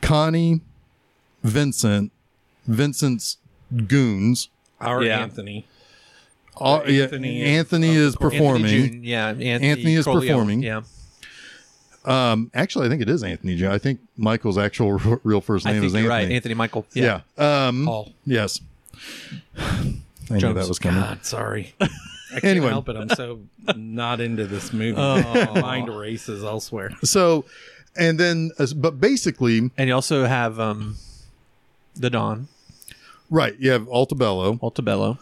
S1: Connie, Vincent, Vincent's goons.
S2: Our
S3: Yeah.
S2: Anthony.
S1: All, yeah,
S2: Anthony
S1: Anthony,
S2: is-
S1: is performing.
S3: Anthony Jun- yeah, Anthony,
S1: Anthony is
S3: Corleone,
S1: performing.
S3: Yeah,
S1: Um, actually, I think it is Anthony. Jun. I think Michael's actual r- real first
S3: I
S1: name
S3: think
S1: is
S3: you're
S1: Anthony.
S3: right. Anthony Michael.
S1: Yeah. Um,
S2: Paul.
S1: Yes. I knew
S3: Jones.
S1: Oh, that was coming.
S2: God, sorry. I can't
S1: Anyway.
S2: help it. I'm so not into this movie. My mind races elsewhere.
S1: So, and then, uh, but basically,
S3: and you also have um, the Don
S1: right, you have Altabello.
S3: Altobello.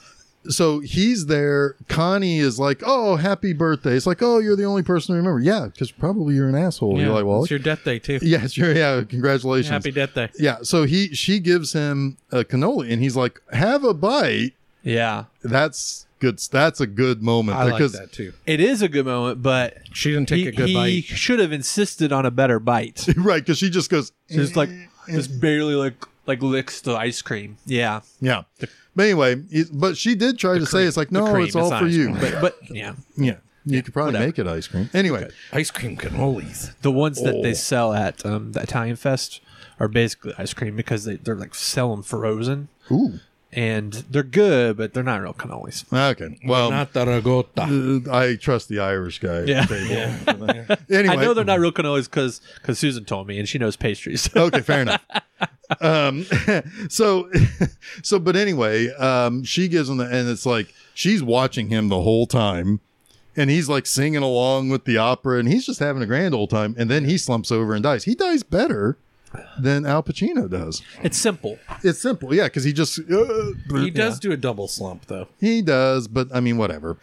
S1: So he's there. Connie is like, oh, happy birthday. It's like, oh, you're the only person to remember. Yeah, because probably you're an asshole.
S2: Yeah,
S1: you're like, well,
S2: it's your death day too.
S1: yeah, sure. Yeah, congratulations.
S2: Happy death day.
S1: yeah, so he she gives him a cannoli and he's like, "Have a bite."
S3: Yeah,
S1: That's good. That's a good moment
S2: I like
S1: because
S2: that too.
S3: it is a good moment, but
S2: She didn't take
S3: he,
S2: a good
S3: he
S2: bite.
S3: should have insisted on a better bite.
S1: right because she just goes
S3: just like just barely like like licks the ice cream. Yeah,
S1: Yeah. But anyway, it, but she did try to say it's like,
S3: The
S1: no,
S3: cream,
S1: it's all
S3: not
S1: for
S3: ice
S1: you.
S3: cream.
S1: But
S3: But, but yeah,
S1: yeah, you could probably
S3: whatever.
S1: make it ice cream. Anyway,
S2: Ice cream cannolis.
S3: the ones that
S2: Oh.
S3: they sell at um, the Italian Fest are basically ice cream because they they're like sell them frozen
S1: ooh,
S3: and they're good, but they're not real cannolis.
S1: okay. Well,
S2: Not the ricotta.
S1: uh, I trust the Irish guy. at the
S3: Yeah.
S1: table.
S2: Yeah.
S1: Anyway,
S3: I know they're not real cannolis because Susan told me and she knows pastries.
S1: okay, fair enough. Um, so, so, but anyway, um, she gives him the, and it's like she's watching him the whole time, and he's like singing along with the opera, and he's just having a grand old time, and then he slumps over and dies. He dies better than Al Pacino does.
S3: it's simple.
S1: It's simple, yeah, because he just uh,
S2: He does do a double slump though.
S1: He does, but I mean, whatever.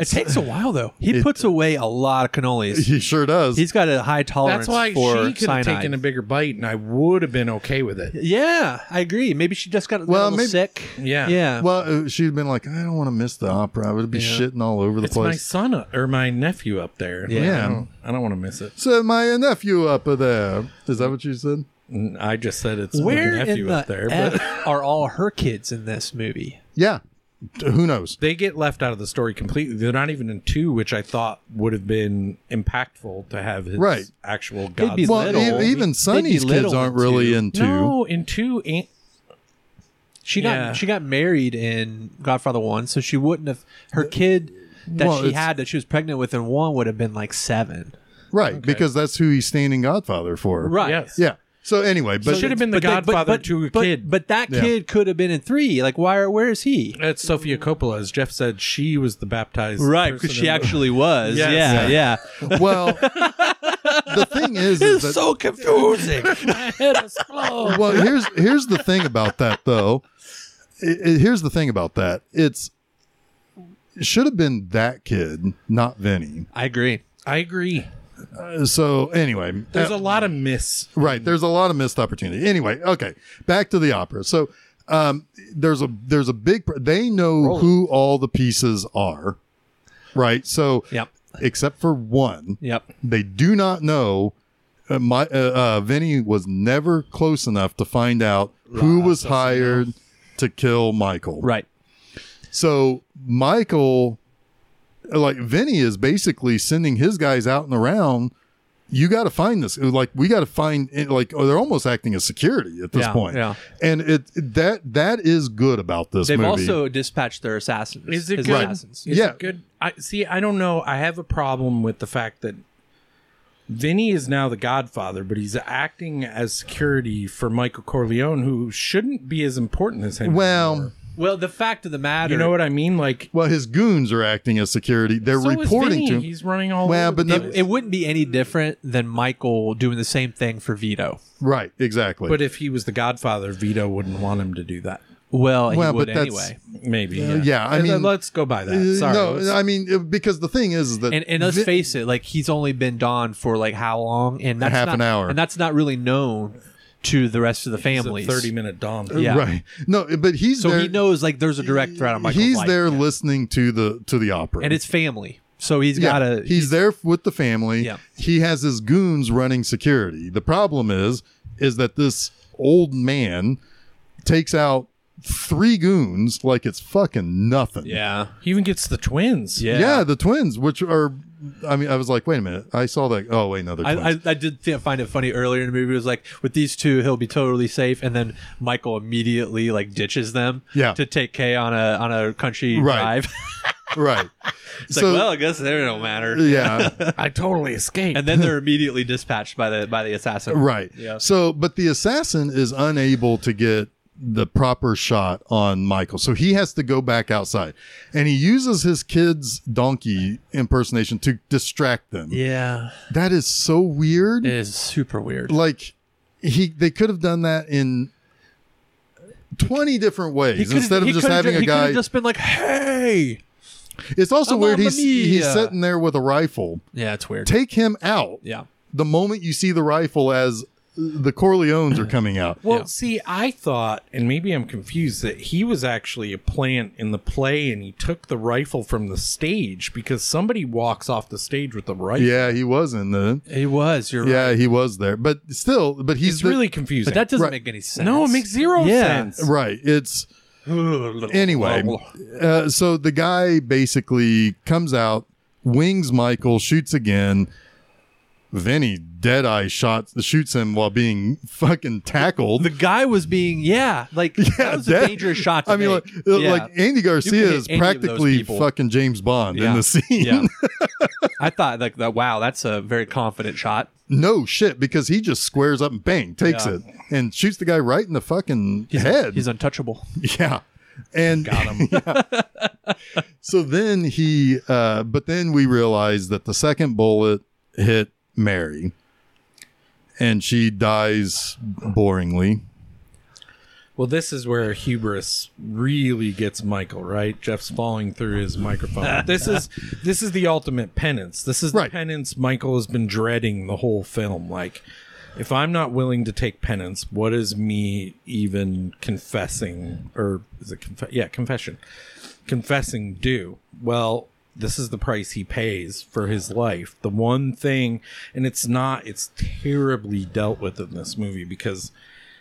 S1: It's
S3: takes a while though. He
S1: It-
S3: puts away a lot of cannolis.
S1: he sure does.
S3: He's got a high tolerance
S2: That's why
S3: for
S2: she could have
S3: cyanide.
S2: taken a bigger bite, and I would have been okay with it.
S3: yeah, I agree. Maybe she just got, got
S1: Well,
S3: a little
S1: maybe-
S3: sick.
S2: Yeah.
S3: yeah.
S1: well, uh, she'd been like, I don't want to miss the opera. I would be shitting all over the
S2: It's my
S1: place.
S2: son up- or my nephew up there.
S3: Yeah.
S2: I don't, want to miss it.
S1: So my nephew up there. Is that what you said?
S2: N- I just said it's
S3: Where
S2: my nephew
S3: in the
S2: up there, but
S3: F are all her kids in this movie?
S1: Yeah. D- Who knows?
S2: they get left out of the story completely. They're not even in two, which I thought would have been impactful to have his
S1: Right.
S2: actual god.
S3: be
S1: Well,
S3: little.
S1: e- even Sonny's kids
S3: little
S1: aren't
S3: in
S1: really
S3: two.
S1: into.
S2: no, in two, Aunt,
S3: She
S2: Yeah.
S3: got she got married in Godfather One, so she wouldn't have her kid that
S1: Well,
S3: she
S1: it's-
S3: had that she was pregnant with in one would have been like seven.
S1: Right, because that's who he's standing godfather for.
S3: Right.
S2: yes,
S1: Yeah. So anyway, but
S2: It should have been the
S3: they-
S2: Godfather to a
S3: but,
S2: kid.
S3: But that
S1: Yeah.
S3: kid could have been in three. Like, why? Are, where is he?
S2: It's Sophia Coppola, as Jeff said, she was the baptized
S3: Right,
S2: person
S3: because she
S2: in the-
S3: actually was.
S2: Yes.
S3: Yeah, yeah.
S1: well, the thing is, is that
S3: so confusing.
S2: My head explodes.
S1: well here's here's the thing about that though I- I- here's the thing about that it's it should have been that kid not vinny
S3: I agree.
S2: I agree.
S1: Uh, so anyway
S2: There's
S1: uh,
S2: a lot of miss.
S1: right there's a lot of missed opportunity anyway okay back to the opera so um there's a there's a big pr- they know who all the pieces are right so
S3: Yep,
S1: except for one
S3: yep.
S1: they do not know. Uh, my uh, uh, Vinny was never close enough to find out who was hired to kill Michael.
S3: Right.
S1: So Michael, like Vinny, is basically sending his guys out and around. You got to find this. Like we got to find. Like oh, they're almost acting as security at this
S3: Yeah,
S1: point.
S3: yeah.
S1: And it that that is good about this
S3: They've
S1: movie.
S3: also dispatched their assassins.
S2: Is it
S3: his
S2: good?
S3: assassins.
S2: Is
S1: Yeah.
S2: it good. I see. I don't know. I have a problem with the fact that Vinny is now the Godfather, but he's acting as security for Michael Corleone, who shouldn't be as important as him.
S1: well.
S2: anymore.
S3: Well, the fact of the matter,
S2: you know what I mean. Like
S1: Well, his goons are acting as security. They're
S2: so is
S1: reporting
S2: Vinny.
S1: to.
S2: He's running all.
S1: Well,
S2: over
S1: but
S2: the
S1: no-
S2: place.
S3: it, it wouldn't be any different than Michael doing the same thing for Vito.
S1: right, exactly.
S2: but if he was the Godfather, Vito wouldn't want him to do that.
S3: Well, he
S1: Well,
S3: would
S1: but that's-
S3: anyway.
S2: Maybe.
S1: Uh,
S2: Yeah.
S1: yeah, I
S2: Uh,
S1: mean-
S2: let's go by
S1: Uh,
S2: that. Sorry.
S1: no,
S2: let's-
S1: I mean uh, because the thing is that
S3: And, and let's
S1: Vi-
S3: face it, like he's only been Don for like how long? And that's
S1: Half
S3: not-
S1: an hour.
S3: and that's not really known to the rest of the
S2: it's a
S3: families.
S2: 30 minute Dom.
S3: yeah.
S1: right? No, but he's
S3: so
S1: there,
S3: he knows like there's a direct threat on Michael's
S1: He's
S3: life.
S1: there listening to the to the opera,
S3: and it's family. So he's
S1: Yeah,
S3: got to.
S1: he's, there with the family.
S3: Yeah.
S1: He has his goons running security. The problem is, is that this old man takes out three goons like it's fucking nothing.
S3: yeah,
S2: He even gets the twins.
S3: yeah,
S1: Yeah, the twins, which are, I mean, I was like, wait a minute, I saw that. Oh wait, no, they're twins.
S3: I, I, I did th- find it funny earlier in the movie. It was like, with these two, he'll be totally safe, and then Michael immediately like ditches them
S1: Yeah.
S3: to take Kay on a on a country
S1: Right.
S3: drive.
S1: right.
S3: it's like, well, I guess they don't matter.
S1: yeah.
S2: I totally escaped.
S3: And then they're immediately dispatched by the by the assassin.
S1: Right.
S3: Yeah.
S1: So, but the assassin is unable to get the proper shot on Michael. So he has to go back outside and he uses his kid's donkey impersonation to distract them.
S3: Yeah,
S1: That is so weird.
S3: it is super weird.
S1: Like he they could have done that in 20 different ways instead of just having a guy.
S3: just been like, "Hey,
S1: it's also
S3: Mamma
S1: weird he's he's
S3: mia.
S1: sitting there with a rifle.
S3: yeah, it's weird."
S1: Take him out.
S3: yeah,
S1: The moment you see the rifle as the Corleones are coming out.
S2: Well,
S3: Yeah.
S2: see, I thought, and maybe I'm confused, that he was actually a plant in the play and he took the rifle from the stage because somebody walks off the stage with the rifle.
S1: Yeah, he was in the
S3: it was. You're right.
S1: Yeah, he was there, but still, but he's
S2: It's
S1: the-
S2: really confusing.
S3: But that doesn't
S1: Right.
S3: make any sense.
S2: no, it makes zero
S3: Yeah.
S2: sense.
S1: right. It's anyway.
S2: Well,
S1: Uh, so the guy basically comes out, wings Michael, shoots again. Vinny Deadeye shot shoots him while being fucking tackled.
S3: the guy was being yeah, like that was
S1: dead.
S3: a dangerous shot. To
S1: I mean, like,
S3: make.
S1: uh,
S3: Yeah.
S1: like Andy
S3: You
S1: Garcia
S3: could hit
S1: is
S3: any of those
S1: practically
S3: people.
S1: fucking James Bond
S3: Yeah.
S1: in the scene.
S3: yeah, I thought like that. Wow, that's a very confident shot.
S1: no shit, because he just squares up and bang takes
S3: Yeah.
S1: it and shoots the guy right in the fucking
S3: He's,
S1: head.
S3: he's untouchable.
S1: Yeah. And got him. so then he uh but then we realized that the second bullet hit Mary and she dies boringly.
S2: well, this is where hubris really gets Michael, right? Jeff's falling through his microphone. this is this is the ultimate penance. This is
S1: Right.
S2: the penance Michael has been dreading the whole film. Like, if I'm not willing to take penance, what is me even confessing or is it conf- yeah, confession. Confessing do? Well, this is the price he pays for his life. The one thing and it's not it's terribly dealt with in this movie because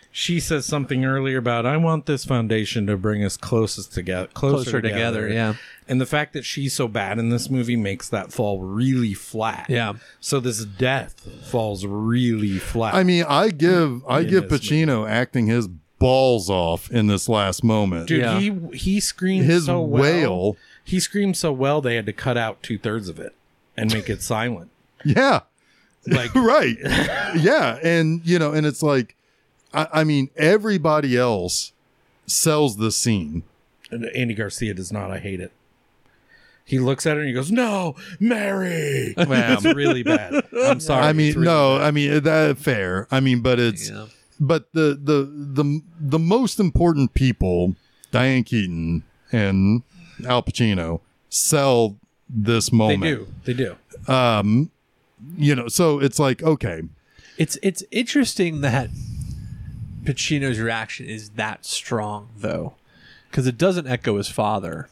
S2: she says something earlier about I want this foundation to bring us closest together, closer,
S3: Closer together, yeah.
S2: And the fact that she's so bad in this movie makes that fall really flat.
S3: Yeah.
S2: So this death falls really flat.
S1: I mean, I give I give
S2: this
S1: Pacino acting his balls off in this last moment.
S2: dude,
S3: Yeah.
S2: he he screamed
S1: His
S2: so well.
S1: wail.
S2: He screamed so well they had to cut out two thirds of it and make it silent.
S1: Yeah.
S2: Like
S1: right yeah and you know and it's like I, I mean everybody else sells the scene
S2: Andy Garcia does not. I hate it. He looks at her and he goes, "No, Mary." That's really bad. I'm sorry.
S1: I mean,
S2: It's really
S1: no, I mean that fair. I mean, but it's
S3: Yeah.
S1: but the the the the most important people, Diane Keaton and Al Pacino, sell this
S2: They
S1: moment.
S2: do. They do.
S1: Um, you know, so it's like okay,
S3: It's it's interesting that Pacino's reaction is that strong though, because it doesn't echo his father.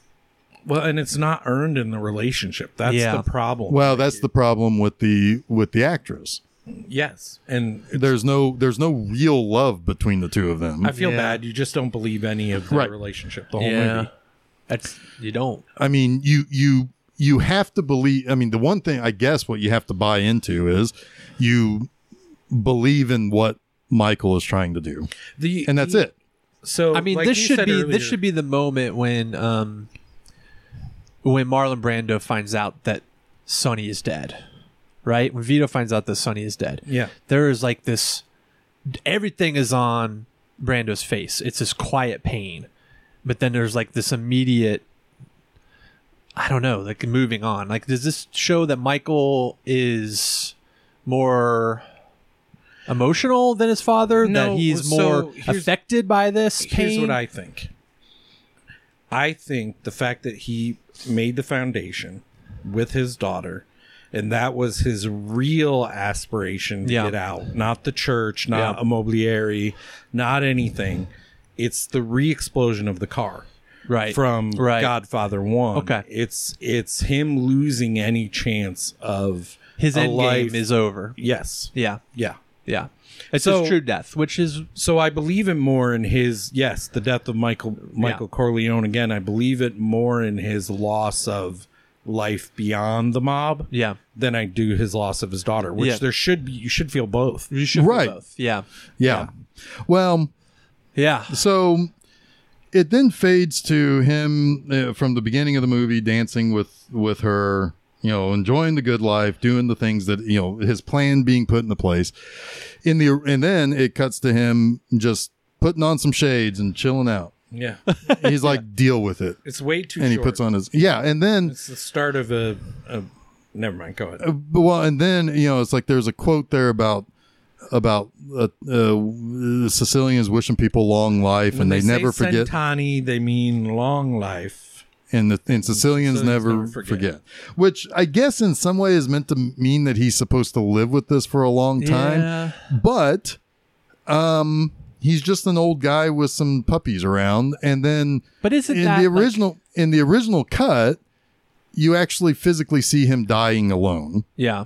S2: Well, and it's not earned in the relationship. That's
S3: Yeah.
S2: the problem.
S1: well, that's the problem with the with the actress.
S2: yes, and
S1: There's no there's no real love between the two of them.
S2: I feel
S3: Yeah.
S2: bad. You just don't believe any of the
S1: Right.
S2: relationship. The whole
S1: Oh,
S2: movie.
S3: that's you don't.
S1: I mean, you you you have to believe. I mean, the one thing I guess what you have to buy into is you believe in what Michael is trying to do,
S2: The
S1: and that's
S2: the-
S1: it.
S2: So
S3: I mean,
S2: like
S3: this
S2: you
S3: should
S2: said
S3: be
S2: earlier-
S3: this should be the moment when um when Marlon Brando finds out that Sonny is dead, right? When Vito finds out that Sonny is dead,
S2: Yeah.
S3: there is like this. Everything is on Brando's face. It's this quiet pain, but then there's like this immediate. I don't know, like moving on. Like, does this show that Michael is more emotional than his father?
S2: No,
S3: that he's
S2: so
S3: more
S2: here's-
S3: affected by this pain?
S2: Here's what I think. I think the fact that he made the foundation with his daughter, and that was his real aspiration to
S3: Yeah.
S2: get out, not the church, not
S3: Yeah.
S2: a mobiliary, not anything. It's the re explosion of the car
S3: right
S2: from
S3: right.
S2: Godfather One.
S3: Okay.
S2: it's it's him losing any chance of
S3: His
S2: a
S3: end
S2: life-
S3: game is over.
S2: yes,
S3: Yeah,
S2: yeah.
S3: yeah. It's
S2: So-
S3: his true death, which is
S2: So I believe it more in his yes, the death of Michael Michael Corleone again. I believe it more in his loss of life beyond the mob
S3: yeah.
S2: than I do his loss of his daughter. Which
S3: Yeah.
S2: there should be you should feel both.
S3: You should feel
S1: Right.
S3: both. Yeah,
S1: Yeah. Well,
S3: yeah.
S1: so it then fades to him uh, from the beginning of the movie dancing with with her, you know, enjoying the good life, doing the things that you know his plan being put into place. In the and then it cuts to him just putting on some shades and chilling out.
S2: Yeah,
S1: He's like, deal with it,
S2: it's way too.
S1: and he
S2: short.
S1: puts on his yeah, and then
S2: It's the start of a. a never mind. Go ahead.
S1: Uh, well and then you know it's like there's a quote there about about uh, uh, sicilians wishing people long life and they, never
S2: say
S1: forget
S2: Centani, they mean long life.
S1: and the and sicilians,
S2: Sicilians
S1: never,
S2: never
S1: forget.
S2: forget.
S1: which i guess in some way is meant to mean that he's supposed to live with this for a long time
S3: Yeah.
S1: but um he's just an old guy with some puppies around and then
S3: But isn't
S1: in
S3: that
S1: the
S3: like-
S1: original in the original cut you actually physically see him dying alone
S3: yeah.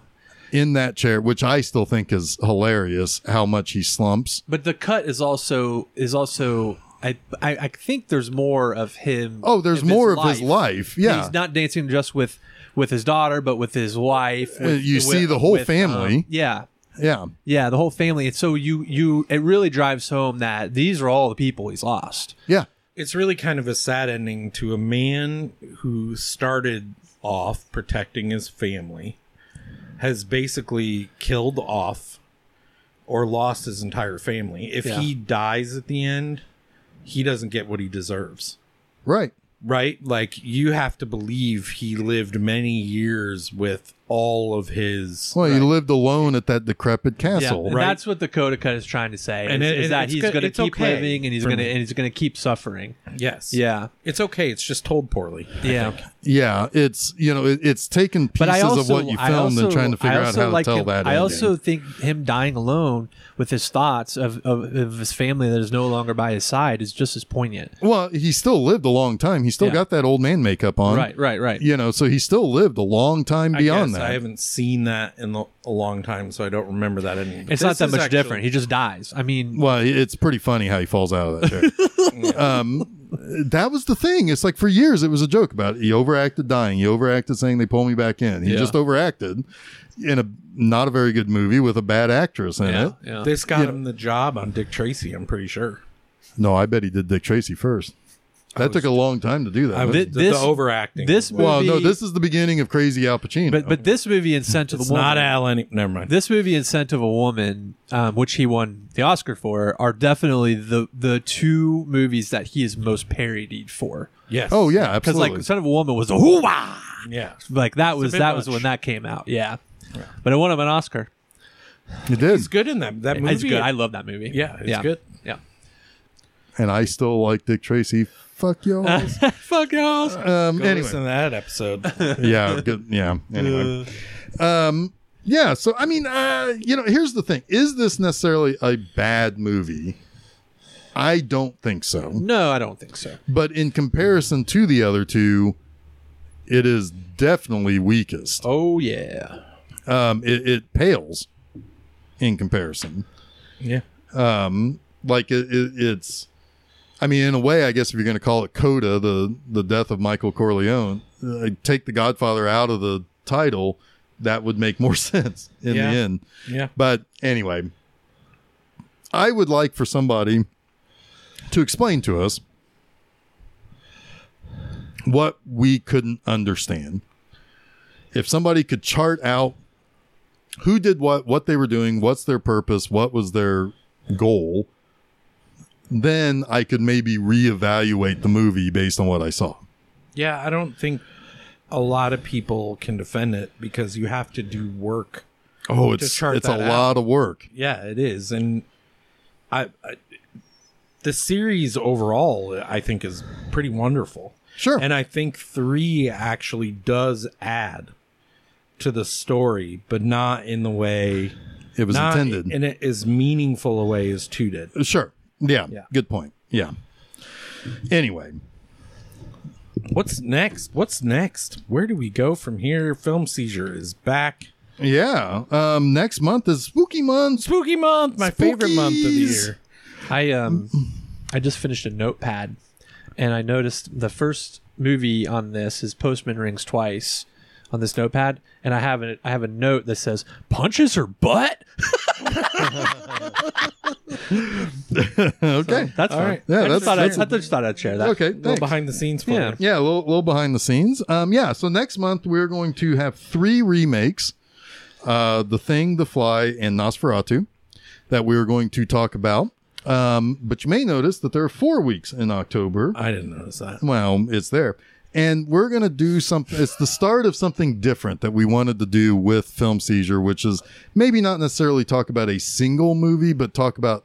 S1: in that chair, which I still think is hilarious how much he slumps.
S3: But the cut is also is also I I, I think there's more of him.
S1: Oh, there's more of his life. Yeah.
S3: he's not dancing just with with his daughter, but with his wife.
S1: Uh,
S3: with-
S1: you
S3: with-
S1: see the whole
S3: with, um,
S1: family.
S3: yeah,
S1: yeah.
S3: yeah, the whole family. And so you you it really drives home that these are all the people he's lost.
S1: Yeah.
S2: it's really kind of a sad ending to a man who started off protecting his family has basically killed off or lost his entire family if
S3: Yeah.
S2: he dies at the end he doesn't get what he deserves
S1: Right.
S2: right like you have to believe he lived many years with all of his
S1: Well, he lived alone at that decrepit
S3: Yeah,
S1: castle.
S3: and
S2: right?
S3: that's what the Coda Cut is trying to say,
S2: And
S3: is,
S2: it-
S3: is
S2: it-
S3: that
S2: it's
S3: he's
S2: good-
S3: going to
S2: it's
S3: keep
S2: okay
S3: living and he's
S2: for
S3: going to
S2: me.
S3: and he's going to keep suffering.
S2: yes
S3: Yeah,
S2: it's okay it's just told poorly
S3: yeah.
S1: Yeah. It's, you know, it, it's taking pieces
S3: but I also,
S1: of what you
S3: I
S1: filmed
S3: also-
S1: and trying to
S3: I
S1: figure out
S3: also
S1: how to
S3: like
S1: tell
S3: him-
S1: that.
S3: I
S1: ending.
S3: also think him dying alone with his thoughts of, of, of his family that is no longer by his side is just as poignant.
S1: well, he still lived a long time. He still
S3: Yeah.
S1: got that old man makeup on.
S3: Right, right, right.
S1: You know, so he still lived a long time beyond
S2: I guess
S1: that.
S2: I haven't seen that in the, a long time, so I don't remember that anymore.
S3: It's not that much different. He just dies. I mean,
S1: Well, it's pretty funny how he falls out of that chair. um, that was the thing. It's like for years it was a joke about it. he overacted dying. He overacted saying they pull me back in. He
S3: Yeah.
S1: just overacted in a not a very good movie with a bad actress in it.
S3: yeah.
S2: This got him the job on Dick Tracy, I'm pretty sure.
S1: No, I bet he did Dick Tracy first. That took a long time to do that.
S2: The-
S1: didn't
S2: the,
S3: this-
S2: overacting.
S3: this
S1: it? well, no,
S3: movie-
S1: this is the beginning of Crazy Al Pacino.
S3: but but this movie in Scent of
S2: it's
S3: the Woman,
S2: not Al. Any, never mind.
S3: this movie and Scent of a Woman, um, which he won the Oscar for, are definitely the the two movies that he is most parodied for.
S2: yes.
S1: oh yeah,
S3: Because
S1: absolutely.
S3: like Scent of a Woman was a hoo
S2: Yeah.
S3: like that was
S2: bit
S3: that was
S2: much.
S3: when that came out. Yeah, but it won him an Oscar.
S1: it did,
S2: It's good in that that movie.
S3: It's good. I love that movie.
S2: yeah, it's
S3: yeah.
S2: good.
S3: Yeah.
S1: and I still like Dick Tracy. Fuck y'all. um,
S3: Fuck y'all.
S2: Go
S1: anyway,
S2: listen to that episode.
S1: yeah, good, yeah. Anyway, um, yeah. So I mean, uh, you know, here's the thing: is this necessarily a bad movie? I don't think so.
S3: No, I don't think so.
S1: But in comparison to the other two, it is definitely weakest.
S3: Oh yeah.
S1: Um, it, it pales in comparison.
S2: yeah.
S1: Um, like it, it, it's, I mean, in a way, I guess if you're going to call it Coda, the the death of Michael Corleone, uh, take the Godfather out of the title, that would make more sense in
S2: Yeah.
S1: the end.
S2: Yeah.
S1: But anyway, I would like for somebody to explain to us what we couldn't understand. If somebody could chart out who did what, what they were doing, what's their purpose, what was their goal, then I could maybe reevaluate the movie based on what I saw.
S2: Yeah, I don't think a lot of people can defend it because you have to do work.
S1: Oh, it's
S2: chart
S1: it's a
S2: that out.
S1: lot of work.
S2: Yeah, it is. And I, I the series overall, I think, is pretty wonderful.
S1: Sure.
S2: And I think three actually does add to the story, but not in the way
S1: it was
S2: not
S1: intended.
S2: in it as meaningful a way as two did.
S1: sure. Yeah,
S2: Yeah.
S1: Good point. Yeah. Anyway,
S2: What's next? What's next? Where do we go from here? Film seizure is back.
S1: yeah. Um, next month is spooky month.
S2: Spooky month, my favorite month of the
S1: Spookies.
S2: year.
S3: I um I just finished a notepad and I noticed the first movie on this is Postman Rings Twice on this notepad and I have a I have a note that says punches her butt.
S1: okay.
S3: That's
S2: All
S3: fine.
S2: right.
S1: Yeah,
S3: I
S1: that's-
S3: just thought I'd-
S1: that's a-
S3: I just thought I'd share that.
S1: okay.
S2: A little
S1: Thanks.
S2: behind the scenes for
S3: Yeah.
S2: you.
S1: Yeah, a little, little behind the scenes. Um, yeah, so next month we're going to have three remakes uh, The Thing, The Fly, and Nosferatu that we're going to talk about. Um, but you may notice that there are four weeks in October.
S2: I didn't notice that.
S1: Well, it's there. And we're going to do something. It's the start of something different that we wanted to do with Film Seizure, which is maybe not necessarily talk about a single movie, but talk about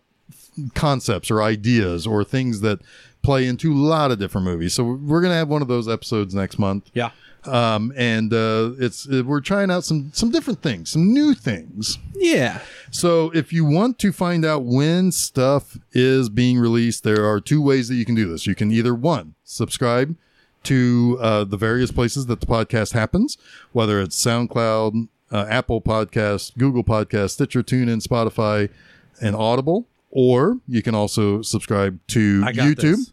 S1: concepts or ideas or things that play into a lot of different movies. So we're going to have one of those episodes next month.
S2: Yeah.
S1: Um, and uh, it's uh, we're trying out some some different things, some new things.
S3: Yeah.
S1: So if you want to find out when stuff is being released, there are two ways that you can do this. You can either one, subscribe to uh, the various places that the podcast happens, whether it's SoundCloud, uh, Apple Podcast, Google Podcast, Stitcher, TuneIn, Spotify, and Audible. Or you can also subscribe to
S2: I got
S1: YouTube.
S2: this.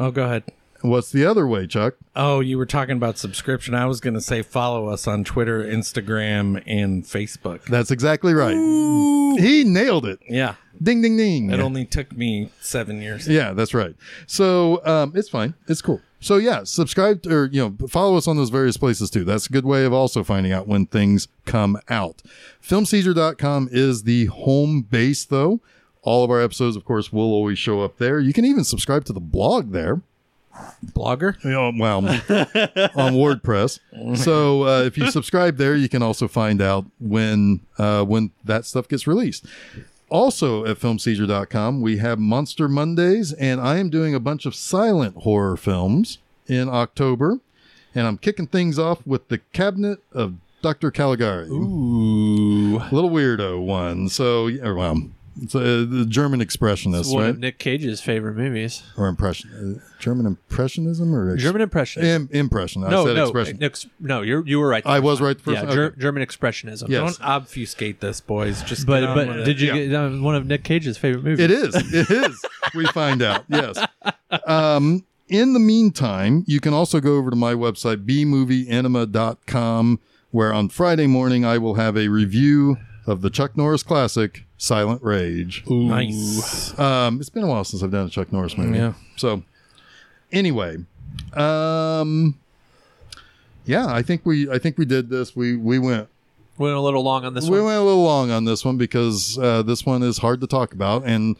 S2: Oh, go ahead.
S1: What's the other way, Chuck?
S2: Oh, you were talking about subscription. I was going to say follow us on Twitter, Instagram, and Facebook.
S1: That's exactly right. He nailed it.
S2: Yeah.
S1: Ding, ding, ding.
S2: It only took me seven years.
S1: Yeah, that's right. So um, it's fine. It's cool. So yeah, subscribe to- or you know follow us on those various places too. That's a good way of also finding out when things come out. Filmseizure.com is the home base though. All of our episodes, of course, will always show up there. You can even subscribe to the blog there.
S2: Blogger?
S1: You know, well, on WordPress. So uh, if you subscribe there, you can also find out when uh, when that stuff gets released. Also at filmseizure.com, we have Monster Mondays, and I am doing a bunch of silent horror films in October. And I'm kicking things off with The Cabinet of Dr. Caligari.
S3: Ooh.
S1: Little weirdo one. So, yeah, well, it's a, the German
S3: It's
S1: expressionist,
S3: one
S1: right?
S3: of Nick Cage's favorite movies.
S1: or impression. uh, German impressionism or ex-
S3: German Impressionism.
S1: Im- impression. I
S3: no,
S1: said
S3: no,
S1: expression.
S3: ex- no, you're, you were right.
S1: I was right the first
S3: yeah,
S1: time?
S3: Ger-
S1: Okay.
S3: German Expressionism.
S1: Yeah.
S2: Don't obfuscate this, boys. Just
S3: But
S2: get on with
S3: but
S2: it.
S3: did you
S1: Yeah.
S3: get uh, one of Nick Cage's favorite movies?
S1: It is. It is. we find out. Yes. Um, in the meantime, you can also go over to my website, bmovieanima.com, where on Friday morning I will have a review of the Chuck Norris classic, Silent Rage.
S2: nice?
S1: Um, it's been a while since I've done a Chuck Norris movie.
S2: Yeah.
S1: So, anyway, um, yeah, I think we I think we did this. We we went
S3: Went a little long on this
S1: we
S3: one.
S1: went a little long on this one because uh, this one is hard to talk about, and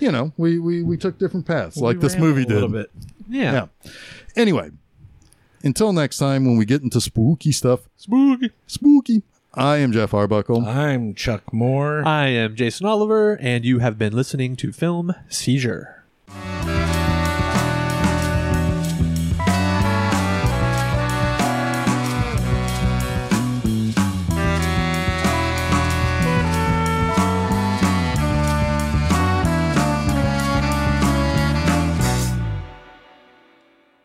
S1: you know, we we, we took different paths like this
S2: rambled
S1: movie
S2: a little
S1: did.
S2: bit.
S3: Yeah.
S1: Yeah. Anyway, until next time when we get into spooky stuff,
S2: Spooky.
S1: spooky. I am Jeff Arbuckle.
S2: I'm Chuck Moore.
S3: I am Jason Oliver, and you have been listening to Film Seizure.